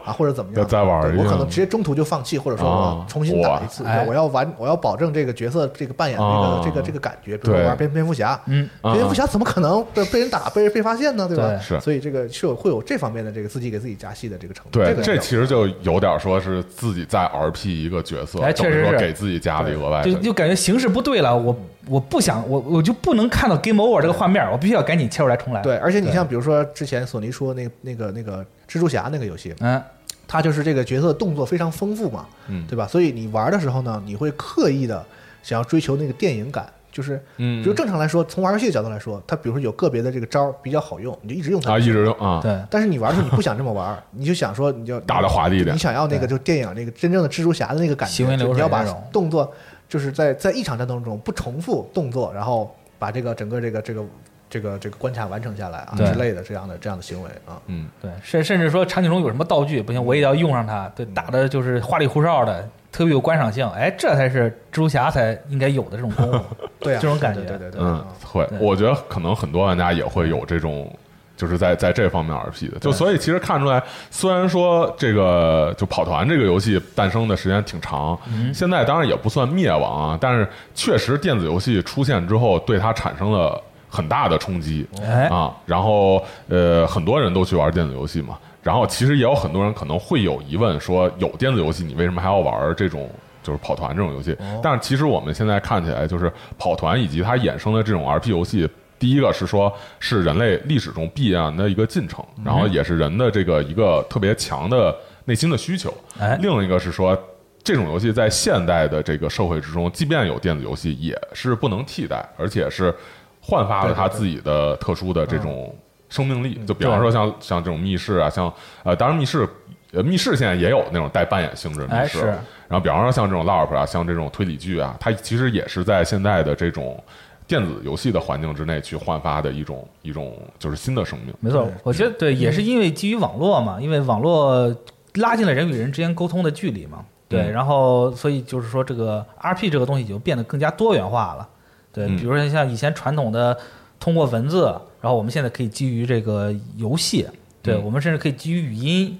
S2: 啊，或者怎么样？
S4: 要再玩
S2: 对
S4: 一
S2: 我可
S4: 遍
S2: 能直接中途就放弃，或者说
S4: 啊
S2: 我重新打
S4: 哇
S2: 一次。
S3: 哎
S2: 我要完，我要保证这个角色这个扮演的这
S4: 啊
S2: 个这个这个感觉。比如说
S4: 对
S2: 我玩蝙蝙蝠侠，
S3: 嗯
S4: 啊
S2: 蝙蝠侠怎么可能被被人打被被发现呢？对吧？
S3: 对
S4: 是
S2: 所以这个是有会有这方面的这个自己给自己加戏的这个程度。
S4: 对
S2: 这，个
S4: 这
S2: 要
S4: 其实就有点说是自己在 RP 一个角色，
S3: 哎
S4: 等
S3: 确
S4: 于
S3: 实
S4: 说
S3: 是
S4: 给自己加了一个额外
S3: 就
S4: 的。
S3: 就感觉形势不对了，我我不想我我就不能看到 game over 这个画面，我必须要赶紧切出来重来。
S2: 对，，而且你像比如说之前索尼出那那个那个蜘蛛侠那个游戏，
S3: 嗯，
S2: 它就是这个角色动作非常丰富嘛，
S4: 嗯
S2: 对吧？所以你玩的时候呢，你会刻意的想要追求那个电影感，就是，
S4: 嗯
S2: 比如正常来说，从玩游戏的角度来说，它比如说有个别的这个招儿比较好用，你就一直用它
S4: 啊，一直用啊，
S3: 对，
S2: 但是你玩的时候你不想这么玩儿， 你就想说你就
S4: 打得华丽一点
S2: 你想要那个就电影那个真正的蜘蛛侠的那个感觉，
S3: 行云流
S2: 就
S3: 水
S2: 你要把
S3: 那种
S2: 动作就是在在一场战斗中不重复动作，然后把这个整个这个这个这个这个关卡完成下来啊
S3: 对
S2: 之类的这样的这样的行为啊。
S4: 嗯，
S3: 对，甚甚至说场景中有什么道具不行，我也要用上它。对，打的就是花里胡哨的，特别有观赏性。哎，这才是蜘蛛侠才应该有的这种 功夫。
S2: 对啊，
S3: 这种感觉
S2: 对对对对，
S4: 嗯
S2: 啊，
S4: 会
S3: 对，
S4: 我觉得可能很多玩家也会有这种就是在在这方面 RP 的，就所以其实看出来，虽然说这个就跑团这个游戏诞生的时间挺长，
S3: 嗯
S4: 现在当然也不算灭亡啊，但是确实电子游戏出现之后，对它产生了很大的冲击
S3: 哎
S4: 啊。然后呃，很多人都去玩电子游戏嘛，然后其实也有很多人可能会有疑问，说有电子游戏，你为什么还要玩这种？就是跑团这种游戏，
S3: 哦
S4: 但是其实我们现在看起来，就是跑团以及它衍生的这种 RP 游戏，第一个是说，是人类历史中必然的一个进程，然后也是人的这个一个特别强的内心的需求。
S3: 哎
S4: 另一个是说，这种游戏在现代的这个社会之中，即便有电子游戏，也是不能替代，而且是焕发了它自己的特殊的这种生命
S3: 嗯
S4: 力。就比方说像像这种密室啊，像呃，当然密室。呃，密室现在也有那种带扮演性质的
S3: 哎
S4: 密室，
S3: 是
S4: 然后比方说像这种 LARP 啊，像这种推理剧啊，它其实也是在现在的这种电子游戏的环境之内去焕发的一种一种就是新的生命。
S3: 没错，我觉得对，也是
S4: 嗯
S3: 因为基于网络嘛，因为网络拉近了人与人之间沟通的距离嘛。对，
S4: 嗯
S3: 然后所以就是说，这个 RP 这个东西就变得更加多元化了。对，
S4: 嗯
S3: 比如说像以前传统的通过文字，然后我们现在可以基于这个游戏，对
S4: 嗯
S3: 我们甚至可以基于语音，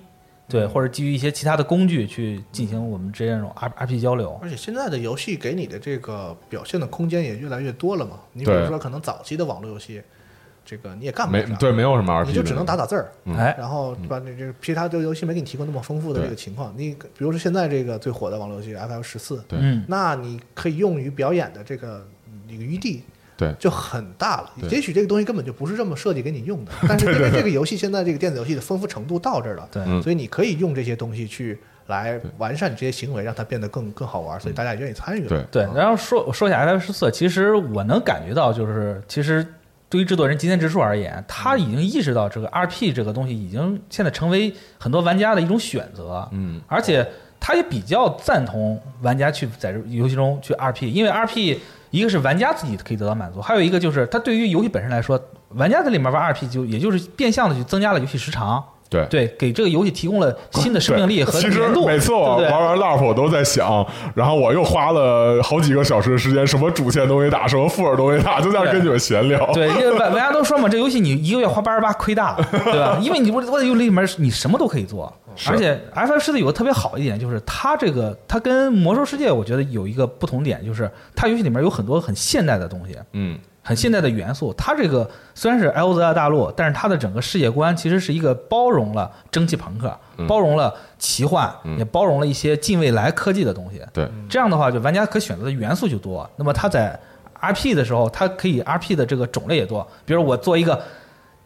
S3: 对，或者基于一些其他的工具去进行我们之间这种 R RP 交流。
S2: 而且现在的游戏给你的这个表现的空间也越来越多了嘛。你比
S4: 对
S2: 如说，可能早期的网络游戏，这个你也干不
S4: 没
S2: 了啥，
S4: 对，没有什么 RP，
S2: 你就只能打
S4: 打。
S2: 打字儿，
S4: 嗯
S3: 哎，
S2: 然后把你这其他的游戏没给你提供那么丰富的这个
S4: 对
S2: 情况。你比如说现在这个最火的网络游戏 FF 十四，
S4: 对
S3: 嗯，
S2: 那你可以用于表演的这个嗯这个余地
S4: 对
S2: 就很大了。
S4: 对
S2: 也许这个东西根本就不是这么设计给你用 的，但是因为这个游戏现在这个电子游戏的丰富程度到这儿了，
S3: 对
S4: 嗯
S2: 所以你可以用这些东西去来完善你这些行为，让它变得更更好玩，所以大家也愿意参与了。
S4: 嗯对嗯
S3: 对，然后说说起来 F 十四，其实我能感觉到，就是其实对于制作人吉田直树而言，他已经意识到这个 RP 这个东西已经现在成为很多玩家的一种选择，
S4: 嗯，
S3: 而且他也比较赞同玩家去在这游戏中去 RP，因为 RP 一个是玩家自己可以得到满足，还有一个就是他对于游戏本身来说，玩家在里面玩 RP 就也就是变相的去增加了游戏时长，
S4: 对。
S3: 对，给这个游戏提供了新的生命力和
S4: 其实
S3: 粘度。
S4: 每次我
S3: 对不对
S4: 玩完 LARP，我都在想，然后我又花了好几个小时的时间，什么主线都没打，什么副本都没打，就在那
S3: 对
S4: 跟你们闲聊。
S3: 对，因为玩玩家都说嘛，这游戏你一个月花八十八亏大，对吧？因为你我我在游戏里面你什么都可以做，而且 F F 十四有个特别好一点，就是它这个它跟魔兽世界我觉得有一个不同点，就是它游戏里面有很多很现代的东西，
S4: 嗯，
S3: 很现代的元素。它这个虽然是艾欧泽亚大陆，但是它的整个世界观其实是一个包容了蒸汽朋克，包容了奇幻，也包容了一些近未来科技的东西。
S4: 对，
S3: 这样的话，就玩家可选择的元素就多。那么它在 RP 的时候，它可以 RP 的这个种类也多。比如我做一个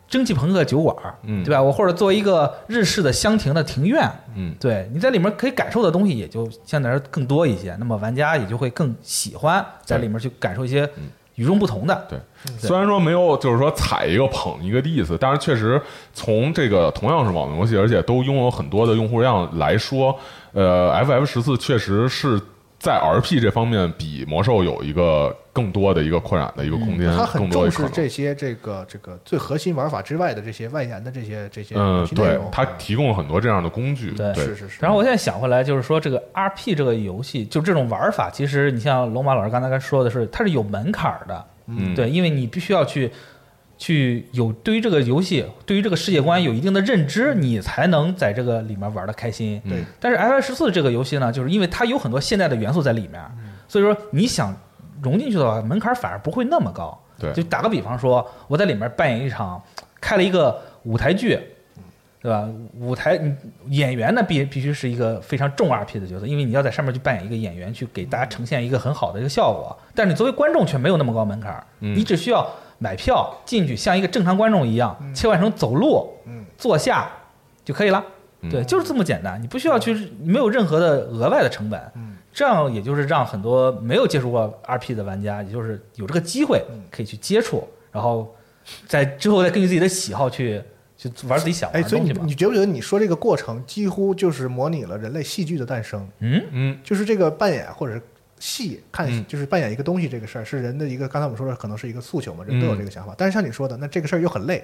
S3: 蒸汽朋克酒馆，
S4: 嗯
S3: 对吧？我或者做一个日式的香亭的庭院，
S4: 嗯
S3: 对，你在里面可以感受的东西也就相对来说更多一些。那么玩家也就会更喜欢在里面去感受一些与众不同的。
S4: 嗯对，虽然说没有，就是说踩一个捧一个的意思，但是确实从这个同样是网络游戏，而且都拥有很多的用户量来说，呃，FF 十四确实是在 RP 这方面比魔兽有一个更多的一个扩展的一个
S3: 嗯
S4: 空间，
S2: 他
S4: 更
S2: 很
S4: 多
S2: 重
S4: 的可
S2: 视
S4: 能。
S2: 这些这个这个最核心玩法之外的这些外延的这些这些
S4: 嗯
S2: 游，戏内
S4: 对
S2: 容，
S4: 它提供了很多这样的工具，
S3: 对
S4: 对
S2: 是是是。
S3: 然后我现在想回来，就是说这个 RP 这个游戏，就这种玩法，其实你像龙马老师刚才刚说的是，它是有门槛儿的。
S4: 嗯，
S3: 对，因为你必须要去去有对于这个游戏、对于这个世界观有一定的认知，你才能在这个里面玩的开心。
S4: 嗯
S2: 对
S3: 但是 F I 十四这个游戏呢，就是因为它有很多现代的元素在里面，
S4: 嗯
S3: 所以说你想融进去的话，门槛反而不会那么高。
S4: 对
S3: 就打个比方说，我在里面扮演一场开了一个舞台剧，对吧？舞台嗯演员呢必必须是一个非常重 RP 的角色，因为你要在上面去扮演一个演员，去给大家呈现一个很好的一个效果。但是你作为观众却没有那么高门槛儿，
S4: 嗯
S3: 你只需要买票进去，像一个正常观众一样切换成走路、
S2: 嗯
S3: 坐下就可以了。
S4: 嗯
S3: 对，就是这么简单，你不需要去，没有任何的额外的成本。
S2: 嗯
S3: 这样也就是让很多没有接触过 RP 的玩家，也就是有这个机会可以去接触，然后在之后再根据自己的喜好去去玩自己想玩
S2: 哎，
S3: 的
S2: 所以
S3: 东
S2: 你
S3: 西嘛。
S2: 你觉不觉得你说这个过程几乎就是模拟了人类戏剧的诞生？
S3: 嗯，
S4: 嗯
S2: 就是这个扮演或者是戏看
S4: 嗯，
S2: 就是扮演一个东西这个事儿，是人的一个刚才我们说的，可
S3: 嗯
S2: 能是一个诉求嘛，人都有这个想法。但是像你说的，那这个事儿又很累，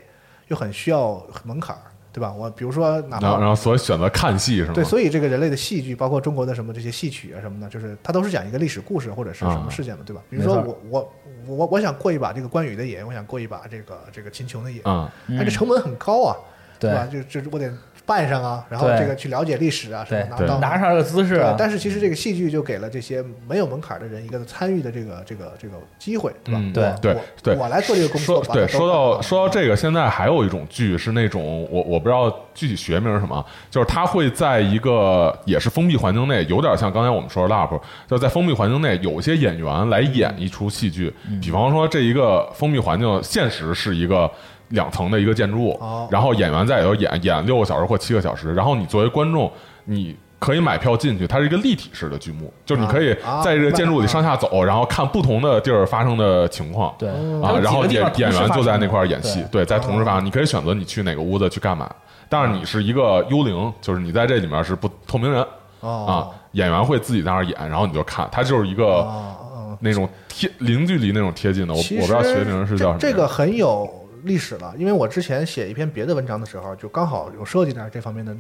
S2: 又很需要门槛儿，对吧？我比如说哪
S4: 然后然
S2: 怕
S4: 后所以选择看戏是吗？
S2: 啊对，所以这个人类的戏剧，包括中国的什么这些戏曲啊什么的，就是它都是讲一个历史故事或者是什么
S4: 啊
S2: 事件嘛，对吧？比如说
S3: 没错
S2: 我我我我想过一把这个关羽的瘾，我想过一把这个这个秦琼的瘾，
S4: 嗯，
S2: 但这成本很高啊，
S3: 对
S2: 吧？就这我得办上啊，然后
S3: 对
S2: 这个去了解历史啊，什么
S3: 对
S2: 拿
S4: 对
S2: 到
S3: 拿上这个姿势
S2: 对
S3: 啊，
S2: 但是其实这个戏剧就给了这些没有门槛的人一个参与的这个这个这个机会，对吧？
S4: 嗯
S3: 对
S2: 我
S4: 对
S2: 我
S4: 对
S2: 我来做这个工
S4: 说
S2: 作。把它
S4: 对，
S2: 都
S4: 说到
S2: 搞
S4: 说到这个，现在还有一种剧是那种我我不知道具体学名是什么，就是它会在一个也是封闭环境内，有点像刚才我们说的 LARP，就在封闭环境内有一些演员来演
S2: 嗯
S4: 一出戏剧，比方说这一个封闭环境现实是一个。两层的一个建筑物，
S2: 哦
S4: 然后演员在里头演演六个小时或七个小时，然后你作为观众，你可以买票进去，它是一个立体式的剧目，就是你可以
S2: 啊啊
S4: 在这个建筑里
S2: 明白
S4: 上下走，然后看不同的地儿发生的情况。
S3: 对还
S4: 啊
S3: 有，
S4: 然
S3: 几
S4: 后
S3: 个地
S4: 演
S3: 方同
S4: 演
S3: 时
S4: 员
S3: 发
S4: 就
S3: 生
S4: 在那
S3: 的
S4: 块儿演
S3: 对
S4: 戏，对，在同时
S2: 嗯
S4: 发生，你可以选择你去哪个屋子去干嘛，但是你是一个幽灵，就是你在这里面是不透明人啊
S2: 哦，
S4: 演员会自己在那儿演，然后你就看，它就是一
S2: 哦
S4: 个
S2: 哦，
S4: 那种贴零距离那种贴近的，啊我我
S2: 其
S4: 不
S2: 实
S4: 知道学名是叫什么，
S2: 这。这个很有历史了，因为我之前写一篇别的文章的时候，就刚好有涉及到这方面的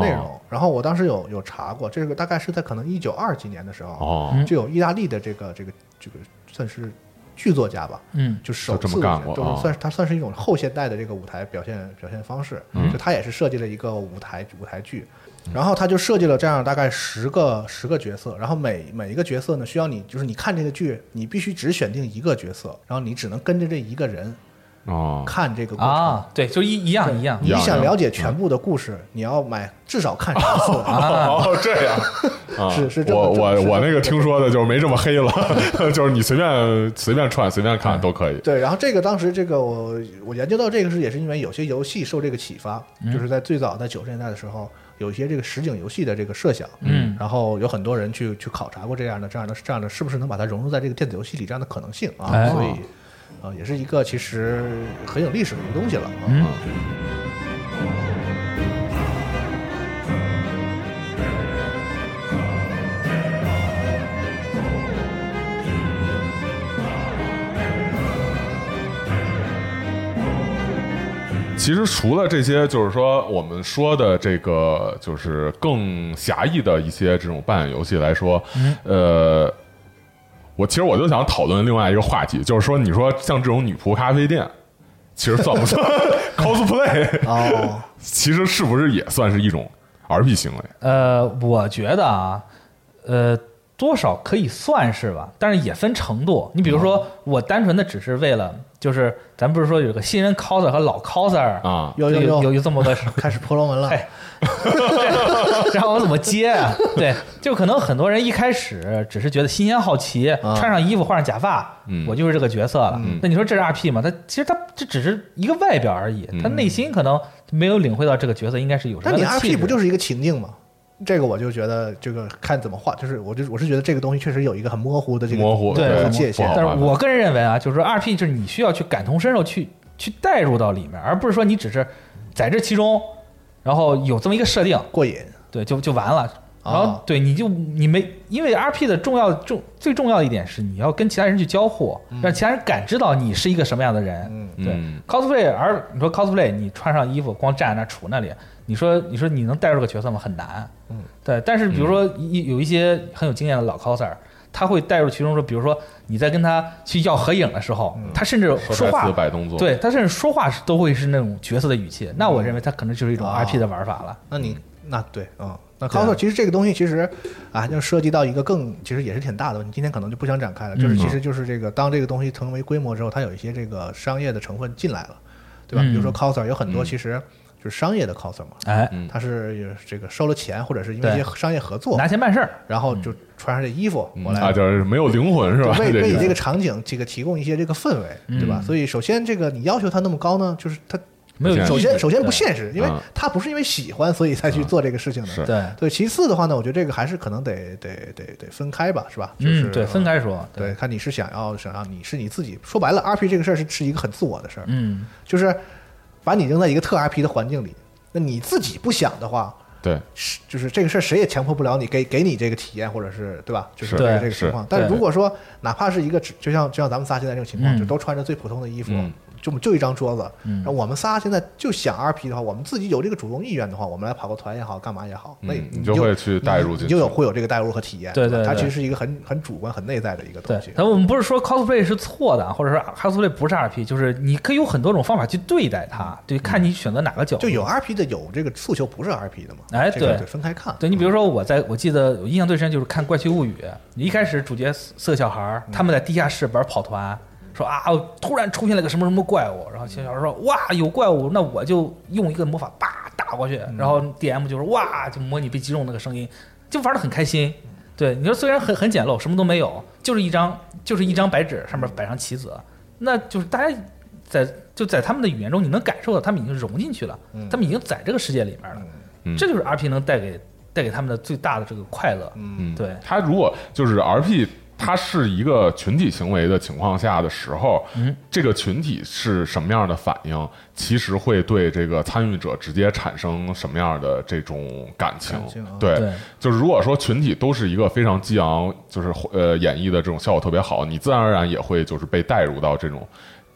S2: 内容，
S4: 哦
S2: 然后我当时有有查过，这个大概是在可能一九二几年的时候，
S4: 哦
S3: 嗯
S2: 就有意大利的这个这个这个算是剧作家吧，
S3: 嗯，
S2: 就首
S4: 就
S2: 次
S4: 这么干过
S2: 就
S4: 啊
S2: 是算是它算是一种后现代的这个舞台表现表现方式，
S4: 嗯
S2: 就它也是设计了一个舞台舞台剧，然后他就设计了这样大概十个十个角色，然后每每一个角色呢需要你就是你看这个剧，你必须只选定一个角色，然后你只能跟着这一个人
S4: 哦，
S2: 看这个过程。
S3: 啊，对，就一一样一样，
S2: 你
S4: 样
S2: 想了解
S4: 嗯
S2: 全部的故事，你要买至少 看十 次。
S4: 哦，这样，啊
S2: 是是这么
S4: 我
S2: 这么
S4: 我
S2: 是这么
S4: 我那个听说的就是没这么黑了， 就是你随便随便串随便看都可以，
S2: 对，然后这个当时这个我我研究到这个是也是因为有些游戏受这个启发，
S3: 嗯
S2: 就是在最早在九十年代的时候，有一些这个实景游戏的这个设想，
S3: 嗯
S2: 然后有很多人去去考察过这样的这样的这样的是不是能把它融入在这个电子游戏里这样的可能性啊，
S3: 哎
S2: 所以呃也是一个其实很有历史的一个东西了。啊
S3: 嗯
S4: 其实除了这些，就是说我们说的这个，就是更狭义的一些这种扮演游戏来说，
S2: 嗯
S4: 呃，我其实我就想讨论另外一个话题，就是说，你说像这种女仆咖啡店，其实算 不算 cosplay？
S2: 哦，
S4: 其实是不是也算是一种 RP 行为？
S3: 呃，我觉得啊，呃，多少可以算是吧，但是也分程度。你比如说，我单纯的只是为了，就是咱不是说有个新人 coser 和老 coser
S4: 啊
S3: 就
S2: 有有
S3: 有
S2: 有
S3: 有这么个
S2: 开始婆罗门了，
S3: 哎 然后我怎么接 啊？对，就可能很多人一开始只是觉得新鲜好奇，
S2: 啊嗯
S3: 穿上衣服换上假发，
S4: 嗯
S3: 我就是这个角色了。那你说这是 RP 吗？他其实他这只是一个外表而已，他内心可能没有领会到这个角色应该是有什
S2: 嗯但
S3: 么
S2: 你
S3: 样的气
S2: RP
S3: 质。
S2: 不就是一个情境吗？这个我就觉得，这个看怎么画，就是我就我是觉得这个东西确实有一个很模糊的这个
S4: 模糊
S3: 对
S4: 对
S2: 界限
S4: 不好
S3: 但是
S4: 划分
S3: 我个人认为啊，就是说 RP 就是你需要去感同身受去去带入到里面，而不是说你只是在这其中，然后有这么一个设定，
S2: 过瘾。
S3: 对，就就完了。然后
S2: 哦
S3: 对，你就你没，因为 RP 的重要重最重要的一点是你要跟其他人去交互，让其他人感知到你是一个什么样的人。
S2: 嗯
S3: 对
S4: 嗯
S3: cosplay，而你说 cosplay，你穿上衣服光站那杵那里，你说你说你能带入这个角色吗？很难。
S2: 嗯，
S3: 对。但是比如
S4: 嗯
S3: 说一有一些很有经验的老 coser，他会带入其中说，比如说你在跟他去要合影的时候，
S2: 嗯
S3: 他甚至
S4: 说
S3: 说
S4: 台
S3: 话
S4: 词摆动作，
S3: 对他甚至说话是都会是那种角色的语气，那我认为他可能就是一种
S2: 哦
S3: RP 的玩法了。
S2: 那你那对啊、嗯那 c o s 其实这个东西其实啊，要涉及到一个更其实也是挺大的问题，今天可能就不想展开了。
S4: 嗯
S2: 就是其实就是这个，当这个东西成为规模之后，它有一些这个商业的成分进来了，对吧？
S3: 嗯
S2: 比如说 coser 有很多其实就是商业的 coser 嘛，
S3: 哎，
S4: 嗯
S2: 它是有这个收了钱，或者是因为一些商业合作
S3: 拿，钱办事儿。
S2: 然后就穿上这衣服，
S4: 嗯
S2: 我来
S4: 啊，就是没有灵魂是吧？
S2: 为为你
S4: 意思
S2: 这个场景这个提供一些这个氛围，对
S4: 嗯
S2: 吧？所以首先这个你要求它那么高呢，就是它
S3: 没有意义，
S2: 首先首先
S3: 对
S2: 不现实，因为
S4: 嗯
S2: 他不是因为喜欢所以才去做这个事情
S4: 是
S2: 的。
S3: 对，
S2: 对，其次的话呢，我觉得这个还是可能得得得得分开吧，是吧？就是、啊
S3: 嗯，对，分。开说，
S2: 对，，看你是想要想要你是你自己，说白了，RP 这个事儿是是一个很自我的事儿，
S3: 嗯，
S2: 就是把你扔在一个特 RP 的环境里，那你自己不想的话，
S4: 对
S2: 是就是这个事儿谁也强迫不了你给给你这个体验，或者是对吧？就是
S4: 是
S2: 这个
S3: 对
S2: 这个
S4: 是
S2: 情况。但是
S3: 对
S2: 如果说哪怕是一个只就像就像咱们仨现在这种情况，
S3: 嗯
S2: 就都穿着最普通的衣服
S4: 嗯，
S2: 就我们就一张桌子，然后我们仨现在就想 RP 的话，我们自己有这个主动意愿的话，我们来跑个团也好，干嘛也好，那
S4: 嗯
S2: 你
S4: 你就会去带入
S2: 你
S4: 进去
S2: 你就有会有这个代入和体验。
S3: 对
S2: 吧
S3: 对
S2: 它
S3: 对
S2: 其实是一个很很主观、很内在的一个
S3: 对
S2: 东西，。
S3: 但我们不是说 cosplay 是错的，啊或者说 cosplay 不是 RP，就是你可以有很多种方法去对待它，对，看你选择哪个角度。
S2: 就有 RP 的有这个诉求，不是 RP 的嘛？
S3: 哎
S2: 这个
S3: 对
S2: 得分开看。
S3: 对你比如说，我在我记得我印象最深就是看《怪奇物语》，一开始主角四四个小孩儿，他们在地下室玩跑团，说啊，突然出现了个什么什么怪物，然后小小孩说哇有怪物，那我就用一个魔法叭打过去，然后 DM 就说哇，就模拟被击中那个声音，就玩的很开心。对，你说虽然很很简陋，什么都没有，就是一张就是一张白纸，上面摆上棋子，那就是大家在就在他们的语言中，你能感受到他们已经融进去了，他们已经在这个世界里面了。
S4: 嗯
S3: 这就是 RP 能带给带给他们的最大的这个快乐。嗯，对，
S4: 他如果就是 RP，它是一个群体行为的情况下的时候，
S2: 嗯
S4: 这个群体是什么样的反应，其实会对这个参与者直接产生什么样的这种感情。
S2: 感情啊
S4: 对，
S3: 对
S4: 就是如果说群体都是一个非常激昂，就是呃演绎的这种效果特别好，你自然而然也会就是被带入到这种。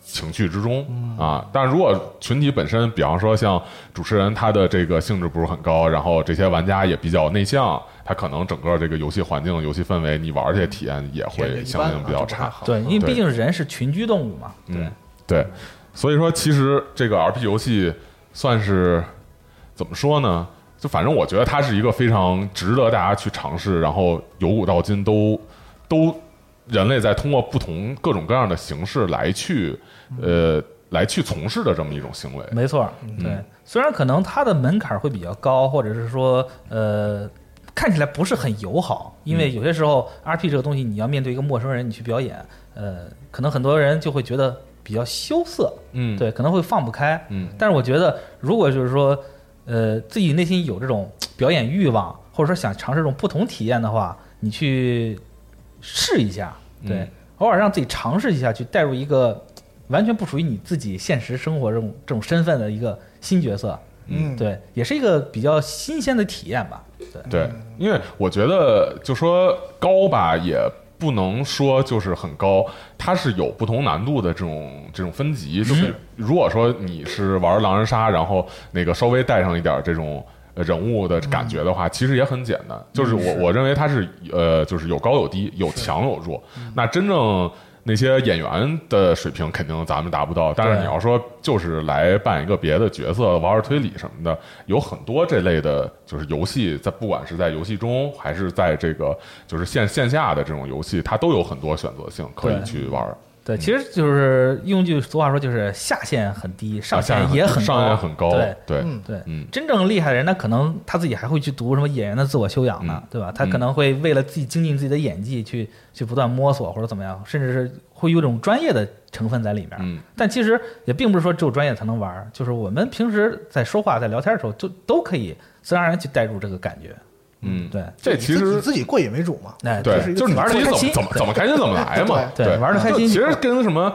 S4: 情绪之中啊，但是如果群体本身，比方说像主持人，他的这个兴致不是很高，然后这些玩家也比较内向，他可能整个这个游戏环境、游戏氛围，你玩儿这些体验也啊会相
S2: 啊
S4: 应比较差。
S3: 对，因为
S4: 对
S3: 毕竟人是群居动物嘛。对
S4: 嗯，对，所以说其实这个 RP 游戏算是怎么说呢？就反正我觉得它是一个非常值得大家去尝试，然后由古到今都都人类在通过不同各种各样的形式来去呃来去从事的这么一种行为。
S3: 没错，对。虽然可能它的门槛会比较高，或者是说呃看起来不是很友好，因
S4: 嗯
S3: 为有些时候 RP 这个东西，你要面对一个陌生人，你去表演，呃，可能很多人就会觉得比较羞涩。
S4: 嗯，
S3: 对，可能会放不开。
S4: 嗯
S3: 但是我觉得，如果就是说，呃，自己内心有这种表演欲望，或者说想尝试这种不同体验的话，你去试一下，对，
S4: 嗯
S3: 偶尔让自己尝试一下，去带入一个完全不属于你自己现实生活这种这种身份的一个新角色，
S2: 嗯，
S3: 对，也是一个比较新鲜的体验吧。对，
S4: 对，因为我觉得就说高吧，也不能说就是很高，它是有不同难度的这种这种分级。就是如果说你是玩狼人杀，然后那个稍微带上一点这种。呃人物的感觉的话，其实也很简单，嗯就是我我认为它是呃，就是嗯有高有低，有强有弱。那真正那些演员的水平肯定咱们达不到，但是
S3: 对
S4: 你要说就是来扮一个别的角色，玩玩推理什么的，有很多这类的，就是游戏在不管是在游戏中还是在这个就是线线下的这种游戏，它都有很多选择性可以
S3: 对
S4: 去玩儿。
S3: 对，其实就是用句俗话说，就是下限很低，上
S4: 啊下
S3: 限
S4: 限
S3: 也很
S4: 上限很高，
S3: 对，
S4: 对，
S3: 对，
S4: 嗯
S3: 真正厉害的人，他可能他自己还会去读什么演员的自我修养呢，
S4: 嗯
S3: 对吧？他可能会为了自己精进自己的演技去，去不断摸索或者怎么样，甚至是会有一种专业的成分在里面。
S4: 嗯
S3: 但其实也并不是说只有专业才能玩儿，就是我们平时在说话、在聊天的时候，就都可以自然而然去带入这个感觉。
S4: 嗯，
S3: 对，
S4: 这
S2: 你
S4: 其
S2: 自己
S4: 实
S2: 你自己过瘾为主嘛。
S3: 哎，
S4: 对，
S2: 就
S4: 就是
S2: 一个，
S4: 是你
S3: 玩
S4: 自
S3: 的
S4: 己
S3: 开心
S4: 怎么，怎么怎么开心怎么来嘛
S3: 对玩得开心
S4: 就其
S3: 就
S4: 实
S3: 好
S4: 跟什么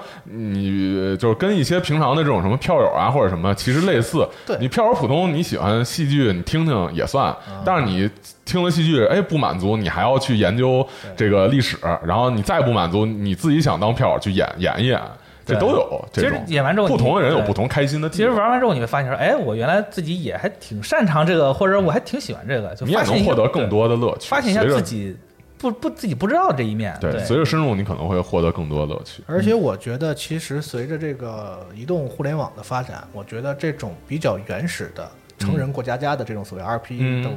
S4: 你就是跟一些平常的这种什么票友啊或者什么，其实类似。
S2: 对
S4: 你票友普通，你喜欢戏剧，你听听也算。
S3: 嗯
S4: 但是你听了戏剧，哎，不满足，你还要去研究这个历史，然后你再不满足，你自己想当票友去演演一演，这
S3: 对
S4: 都有这种。
S3: 其实演完之后你
S4: 不同的人有
S3: 对
S4: 不同开心的地
S3: 其实
S4: 方。
S3: 玩完之后，你会发现说，哎，我原来自己也还挺擅长这个，或者我还挺喜欢这个，就
S4: 你也
S3: 发现
S4: 能
S3: 一
S4: 获
S3: 下
S4: 得更。
S3: 对
S4: 多的乐趣，
S3: 发现一下
S4: 随着
S3: 自己不不自己不知道这一面。
S4: 对，随着深入，你可能会获得更多乐趣。
S2: 而且我觉得，其实随着这个移动互联网的发展，我觉得这种比较原始的成人过家家的这种所谓 RP
S4: 嗯
S2: 的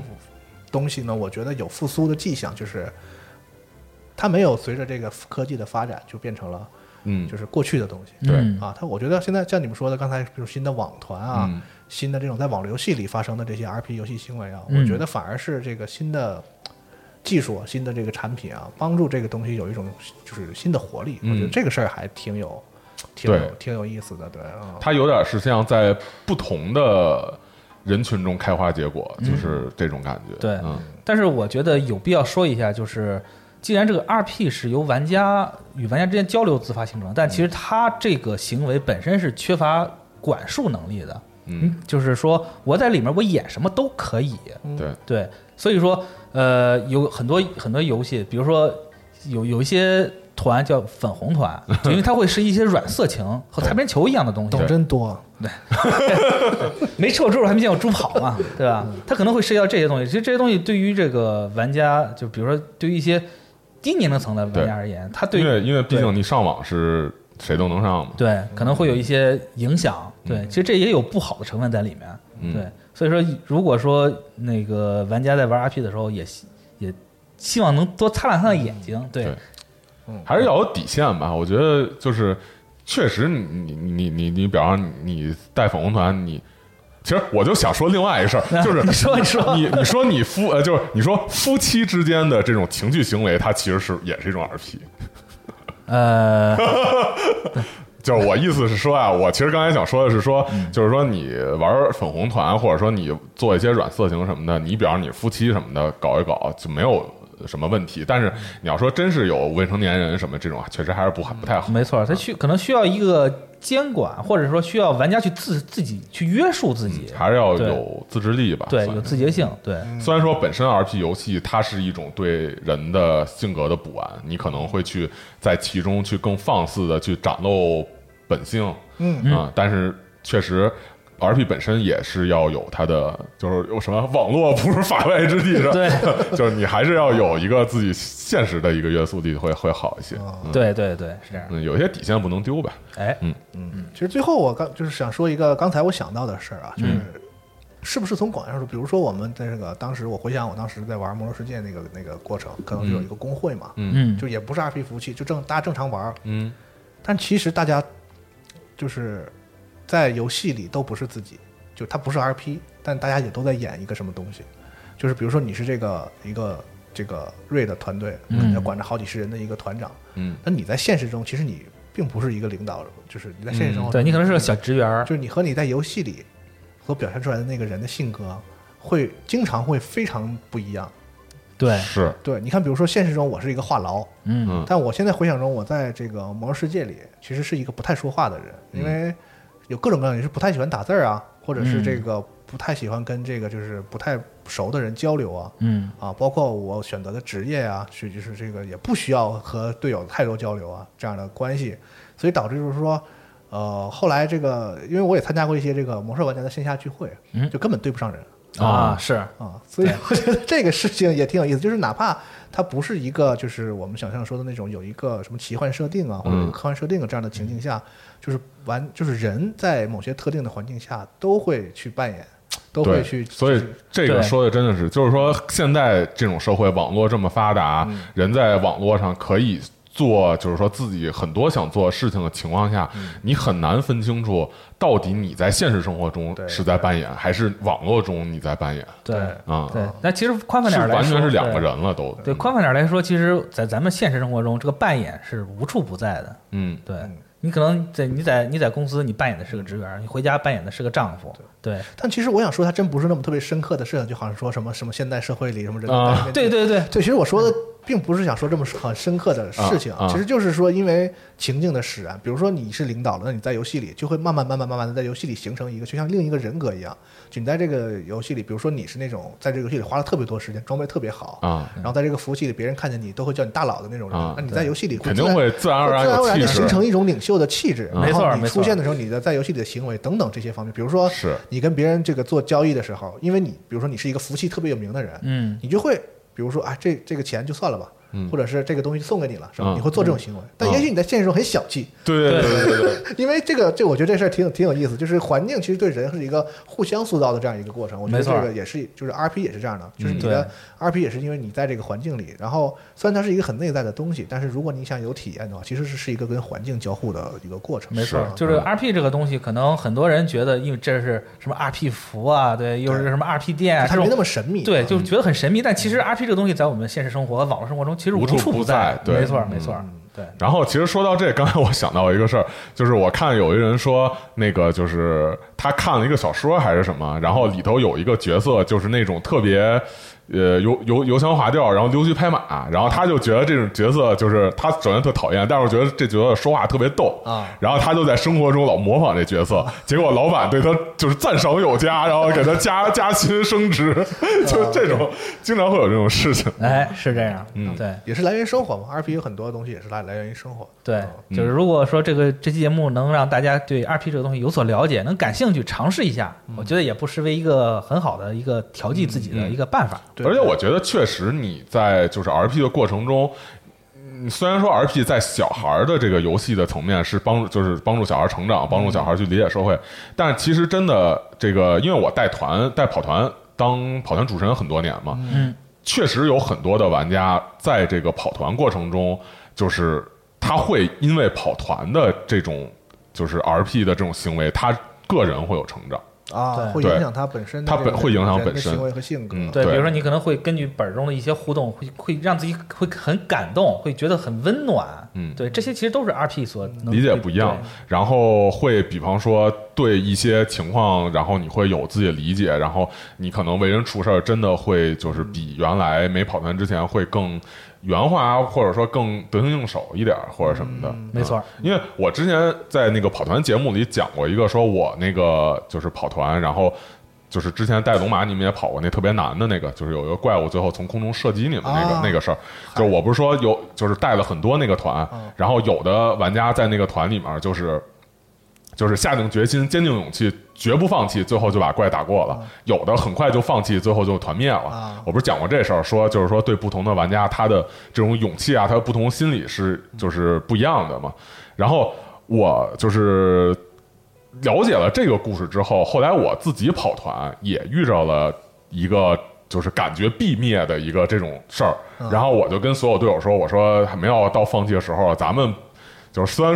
S2: 东西呢，我觉得有复苏的迹象，就是它没有随着这个科技的发展就变成了
S4: 嗯，
S2: 就是过去的东西。
S4: 对
S3: 嗯
S2: 啊，它我觉得现在像你们说的，刚才比如新的网团啊，
S4: 嗯
S2: 新的这种在网络游戏里发生的这些 RP 游戏行为啊，
S3: 嗯
S2: 我觉得反而是这个新的技术、新的这个产品啊，帮助这个东西有一种就是新的活力。
S4: 嗯
S2: 我觉得这个事儿还挺有、挺
S4: 对
S2: 有、挺有意思的，对啊。
S4: 它有点是像在不同的人群中开花结果，就是这种感觉。
S3: 嗯对
S4: 嗯，
S3: 但是我觉得有必要说一下，就是既然这个 RP 是由玩家与玩家之间交流自发形成，但其实它这个行为本身是缺乏管束能力的。
S4: 嗯，
S3: 就是说我在里面我演什么都可以。
S4: 对，
S3: 对，所以说呃，有很多很多游戏，比如说有有一些团叫粉红 团，就因为它会是一些软色情和擦边球一样的东西。
S2: 懂真多。
S3: 没吃过猪肉还没见过猪跑 嘛，对吧？
S4: 嗯
S3: 它可能会涉及到这些东西。其实这些东西对于这个玩家，就比如说对于一些低年龄层的玩家而言，他对
S4: 因为因为毕
S3: 对
S4: 竟你上网是谁都能上嘛，
S3: 对可能会有一些影响。对，其实这也有不好的成分在里面。
S4: 嗯
S3: 对，所以说如果说那个玩家在玩 RP 的时候也希，也希望能多擦亮他的眼睛。对
S4: 嗯对还是要有底线吧。我觉得就是，确实你你你你你，比方说你带粉红团，你其实我就想说另外一事儿， 就是
S3: 你说你说
S4: 你你说你夫呃，就是你说夫妻之间的这种情趣行为，它其实是也是一种 RP。
S3: 呃，
S4: 就是我意思是说啊，我其实刚才想说的是说，
S3: 嗯
S4: 就是说你玩粉红团，或者说你做一些软色情什么的，你比方你夫妻什么的搞一搞就没有什么问题。但
S3: 嗯
S4: 是你要说真是有未成年人什么这种，确实还是不不太好。
S3: 没错，他需可能需要一个监管，或者说需要玩家去自自己去约束自己。
S4: 还是要
S3: 对
S4: 有自制力吧。
S3: 对，
S4: 嗯算
S3: 有
S4: 是嗯
S3: 自觉性，对，
S4: 虽然说本身 RP 游戏它是一种对人的性格的补完，你可能会去在其中去更放肆的去展露本性，嗯啊、但是确实。RP 本身也是要有它的，就是有什么网络不是法外之地，是吧
S3: 对，
S4: 就是你还是要有一个自己现实的一个约束力会会好一些，
S3: 对对对，是这样。
S4: 嗯，有些底线不能丢吧，
S3: 哎，
S4: 嗯
S2: 其实最后我刚就是想说一个刚才我想到的事儿啊，
S4: 嗯
S2: 就是。是不是从广义上说，比如说我们在这个当时，我回想我当时在玩《魔兽世界》那个那个过程，可能就有一个工会嘛，
S3: 嗯，
S2: 就也不是 RP 服务器，就正大家正常玩儿，
S4: 嗯，
S2: 但其实大家就是在游戏里都不是自己，就它不是 RP，但大家也都在演一个什么东西，就是比如说你是这个一个这个瑞的团队，
S3: 嗯
S2: 可能要管着好几十人的一个团长，
S4: 嗯，
S2: 那你在现实中其实你并不是一个领导，就是你在现实生活中、
S3: 嗯对你可能是个小职员儿
S2: 就，是你和你在游戏里所表现出来的那个人的性格，会经常会非常不一样。
S3: 对，
S4: 是，
S2: 对，你看，比如说现实中我是一个话痨，
S3: 嗯，
S4: 嗯
S2: 但我现在回想中，我在这个魔兽世界里其实是一个不太说话的人，因为有各种各样的，你是不太喜欢打字儿啊，或者是
S3: 嗯
S2: 这个不太喜欢跟这个就是不太熟的人交流啊，
S3: 嗯，
S2: 啊，包括我选择的职业啊，是就是这个也不需要和队友太多交流啊，这样的关系，所以导致就是说，呃，后来这个因为我也参加过一些这个魔兽玩家的线下聚会，
S3: 嗯
S2: 就根本对不上人
S3: 啊，是，
S2: 啊，所以我觉得这个事情也挺有意思，就是哪怕它不是一个就是我们想象说的那种有一个什么奇幻设定啊或者
S4: 嗯
S2: 有科幻设定啊这样的情境下，就是玩就是人在某些特定的环境下都会去扮演，都
S4: 对，
S2: 会去，
S4: 所以这个
S3: 对
S4: 说的真的是，就是说现在这种社会，网络这么发达，
S3: 嗯
S4: 人在网络上可以做，就是说自己很多想做事情的情况下，
S3: 嗯
S4: 你很难分清楚到底你在现实生活中
S2: 对
S4: 是在扮演，还是网络中你在扮演
S3: 对，
S4: 啊？
S3: 对。那其实宽泛
S4: 是
S3: 点儿来
S4: 完
S3: 说，
S4: 全是两
S3: 对
S4: 个人了，都
S3: 对，宽泛点儿来说，其实，在咱们现实生活中，这个扮演是无处不在的。
S4: 嗯，
S3: 对你可能在你在你在公司，你扮演的是个职员儿，你回家扮演的是个丈夫。对，
S2: 但其实我想说，它真不是那么特别深刻的事情，就好像说什么什么现代社会里什么人的
S4: 啊
S2: 概念
S3: 对对对，
S2: 对，其实我说的并不是想说这么很深刻的事情，
S4: 啊啊
S2: 其实就是说，因为情境的使然，比如说你是领导了，那你在游戏里就会慢慢慢慢慢慢的在游戏里形成一个，就像另一个人格一样。就你在这个游戏里，比如说你是那种在这个游戏里花了特别多时间，装备特别好
S4: 啊
S2: 然后在这个服务器里，别人看见你都会叫你大佬的那种人，
S4: 啊
S2: 那你在游戏里
S4: 肯定
S2: 会
S4: 会
S2: 自
S4: 自然而然
S2: 自然
S4: 有
S2: 而然
S4: 气
S2: 地
S4: 嗯势
S2: 形成一种领袖的气质。
S3: 没错
S2: 然后你
S3: 没
S2: 出
S3: 错
S2: 现的时候，你的在游戏里的行为等等这些方面，比如说
S4: 是
S2: 你跟别人这个做交易的时候，因为你比如说你是一个服务器特别有名的人，
S3: 嗯，
S2: 你就会比如说啊，这这个钱就算了吧，或者是这个东西送给你了，是吧？
S4: 嗯
S2: 你会做这种行为，但也许你在现实中很小气，
S4: 对对对对对，
S2: 因为这个这我觉得这事儿挺有挺有意思，就是环境其实对人是一个互相塑造的这样一个过程。我觉得
S3: 没
S2: 这
S3: 错
S2: 个也是，就是 RP 也是这样的，就是你
S3: 对
S2: 的 RP 也是因为你在这个环境里，然后虽然它是一个很内在的东西，但是如果你想有体验的话，其实是是一个跟环境交互的一个过程。
S3: 没错
S4: 是，
S3: 就是 R P 这个东西，可能很多人觉得，因为这是什么 R P 服啊，对，又是什么 R P 店啊，
S2: 它
S3: 这
S2: 没
S3: 种
S2: 那么神秘，嗯
S3: 对，就觉得很神秘。但其实 R P 这个东西，在我们现实生活和网络生活中，其实
S4: 无处
S3: 处
S4: 不
S3: 在
S4: 在。对
S3: 没错，
S4: 嗯
S3: 没错，对，
S4: 然后其实说到这，刚才我想到一个事儿，就是我看有一人说，那个就是他看了一个小说还是什么，然后里头有一个角色，就是那种特别呃油油油腔滑调，然后溜须拍马，然后他就觉得这种角色就是他首先特讨厌，但是我觉得这角色说话特别逗
S2: 啊
S4: 然后他就在生活中老模仿这角色，结果老板对他就是赞赏有加，然后给他加加薪升职， 就这种经常会有这种事情。
S3: 哎，是这样，嗯，对
S2: 也是来源于生活嘛。RP 有很多东西也是来来源于生活。嗯
S3: 对，就是如果说这个这期节目能让大家对 RP 这个东西有所了解，能感兴趣尝试一下，我觉得也不失为一个很好的一个调剂自己的一个办法。
S2: 对
S4: 而且我觉得确实你在就是 RP 的过程中。嗯虽然说 RP 在小孩儿的这个游戏的层面是帮助，就是帮助小孩儿成长，帮助小孩儿去理解社会，但是其实真的这个，因为我带团带跑团当跑团主持人很多年嘛，
S3: 嗯，
S4: 确实有很多的玩家在这个跑团过程中，就是他会因为跑团的这种就是 RP 的这种行为，他个人会有成长。
S2: 啊，
S3: 对
S2: 会影响他本身的
S4: 它
S2: 这
S4: 本
S2: 个
S4: 会影响
S2: 人
S4: 本
S2: 的
S4: 身
S2: 行为和性格。
S4: 嗯
S3: 对，
S4: 对
S3: 比如说你可能会根据本儿中的一些互动，会会让自己会很感动，会觉得很温暖。
S4: 嗯
S3: 对，这些其实都是 RP 所能
S4: 理解不一样，然后会比方说对一些情况，然后你会有自己的理解，然后你可能为人处事儿真的会就是比原来没跑团之前会更圆滑，或者说更得心应手一点儿，或者什么的。
S3: 对没错。
S4: 因为我之前在那个跑团节目里讲过一个，说我那个就是跑团，然后就是之前带龙马你们也跑过那特别难的那个，就是有一个怪物最后从空中射击你们那个、
S2: 啊
S4: 那个事儿，就是我不是说有就是带了很多那个团，然后有的玩家在那个团里面就是就是下定决心、坚定勇气，绝不放弃，最后就把怪打过了；有的很快就放弃，最后就团灭了。
S2: 啊
S4: 我不是讲过这事儿，说就是说对不同的玩家，他的这种勇气啊，他的不同心理是就是不一样的嘛。然后我就是了解了这个故事之后，后来我自己跑团也遇到了一个就是感觉必灭的一个这种事儿，然后我就跟所有队友说，我说还没有到放弃的时候，啊咱们就是虽然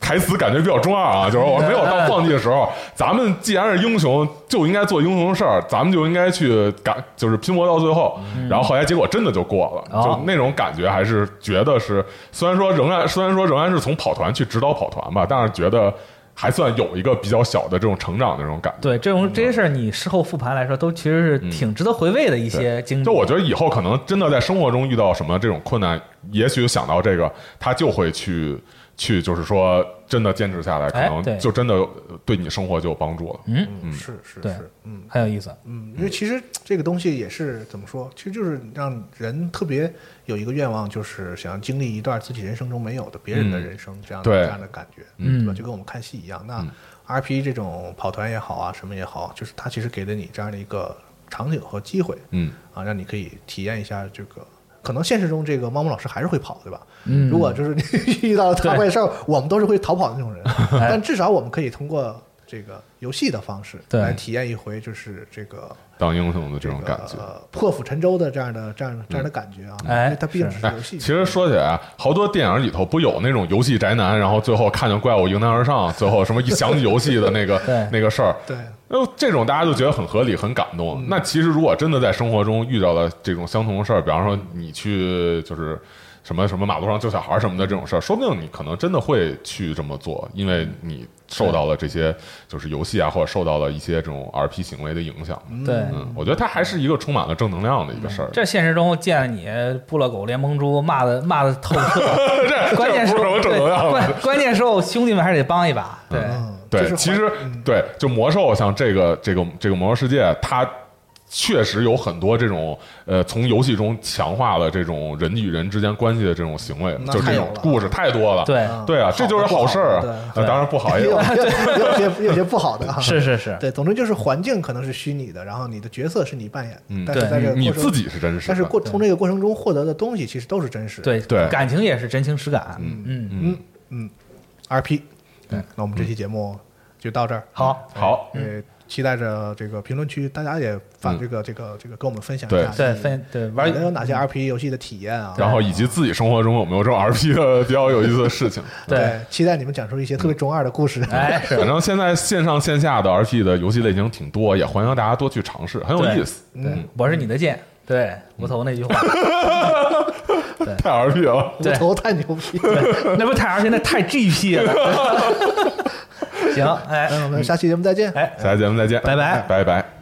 S4: 台词感觉比较中二啊，就是我没有到放弃的时候，咱们既然是英雄，就应该做英雄的事儿，咱们就应该去赶，就是拼搏到最后。然后后来结果真的就过了，
S3: 哦
S4: 就那种感觉还是觉得是，虽然说仍然虽然说仍然是从跑团去指导跑团吧，但是觉得还算有一个比较小的这种成长的这种感觉。
S3: 对，这种这些事儿，你事后复盘来说，都其实是挺值得回味的一些经历。
S4: 嗯就我觉得以后可能真的在生活中遇到什么这种困难，也许想到这个，他就会去去，就是说真的坚持下来，可
S3: 哎对
S4: 能就真的呃对你生活就有帮助了。
S2: 嗯，是是
S3: 对
S2: 是，嗯
S3: 很有意思。
S2: 嗯，因为其实这个东西也是怎么说，其实就是让人特别有一个愿望，就是想要经历一段自己人生中没有的别人的人生这样的
S4: 嗯对嗯
S2: 这样的感觉，
S3: 嗯
S2: 对吧？就跟我们看戏一样，那 RP 这种跑团也好啊，什么也好，就是它其实给了你这样的一个场景和机会，
S4: 嗯，
S2: 啊，让你可以体验一下这个。可能现实中这个猫猫老师还是会跑，对吧？
S4: 嗯
S2: 如果就是你 遇到大怪兽，我们都是会逃跑的那种人，但至少我们可以通过这个游戏的方式
S3: 对
S2: 来体验一回，就是这个
S4: 当英雄的这种
S2: 这
S4: 感
S2: 个
S4: 觉。嗯
S2: 呃破釜沉舟的这样的这样这样的感觉啊。
S3: 哎
S2: 因为它毕竟是
S4: 哎
S2: 游，戏。
S4: 其实说起来啊，好多电影里头不有那种游戏宅男，然后最后看见怪物迎难而上，最后什么一想起游戏的那个
S3: 对
S4: 那个事儿，
S2: 对，
S4: 那这种大家就觉得很合理、很感动。那其实如果真的在生活中遇到了这种相同的事儿，比方说你去就是什么什么马路上救小孩什么的这种事儿，说不定你可能真的会去这么做，因为你受到了这些就是游戏啊，或者受到了一些这种 RP 行为的影响。
S3: 对，
S4: 嗯，我觉得它还是一个充满了正能量的一个事儿。
S3: 这现实中见你布了狗连蒙猪，骂的骂的透彻。
S4: 这
S3: 关键时
S4: 这不
S3: 候，
S4: 是什么正能量
S3: 对
S4: 的
S3: 关关键时候兄弟们还是得帮一把。对，
S2: 嗯，这
S4: 对，
S2: 是
S4: 其
S2: 环
S4: 实对，就魔兽像这个这个这个魔兽世界，它确实有很多这种呃，从游戏中强化了这种人与人之间关系的这种行为，
S2: 那
S4: 就
S2: 太
S4: 这
S2: 有
S4: 种
S2: 了嗯
S4: 故事太多了。
S3: 对
S4: 对啊，这就是好事儿
S2: 对
S4: 啊。呃当然不好也
S2: 也
S4: 有
S2: 有，也有也有些也有些不好的啊。
S3: 是是是，
S2: 对，总之就是环境可能是虚拟的，然后你的角色是你扮演的，
S4: 嗯
S2: 但是
S3: 对
S2: 在这个
S4: 你
S2: 过程
S4: 自己是真实的，
S2: 但是过从这个过程中获得的东西其实都是真实的。
S3: 对
S4: 对
S3: 感情也是真情实感。嗯嗯，
S2: 嗯嗯，RP，
S3: 对，
S2: 嗯那我们这期节目就到这儿。
S3: 好，
S4: 嗯好，
S2: 呃，期待着这个评论区大家也反这个这个这个跟我们分享一
S4: 嗯对
S2: 下，
S3: 对分对玩
S2: 玩有哪些 RP 游戏的体验啊？
S4: 然后以及自己生活中有没有这种 RP 的比较有意思的 事情。
S3: 对，
S2: 期待你们讲述一些特别中二的故事。
S3: 哎是
S4: 反正现在线上线下的 RP 的游戏类型挺多，也欢迎大家多去尝试，很有
S3: 对
S4: 意思，
S3: 对，我是你的
S4: 嗯
S3: 剑，对无头那句话，
S4: 太 RP 了。
S2: 无
S3: 对
S2: 头太牛逼了，
S3: 那不太 R P，那太 G P 了。行，哎
S4: 嗯
S2: 嗯那我们下期节目再见。
S3: 哎，
S2: 嗯
S4: 下期节目再见，
S3: 拜拜
S4: 拜拜。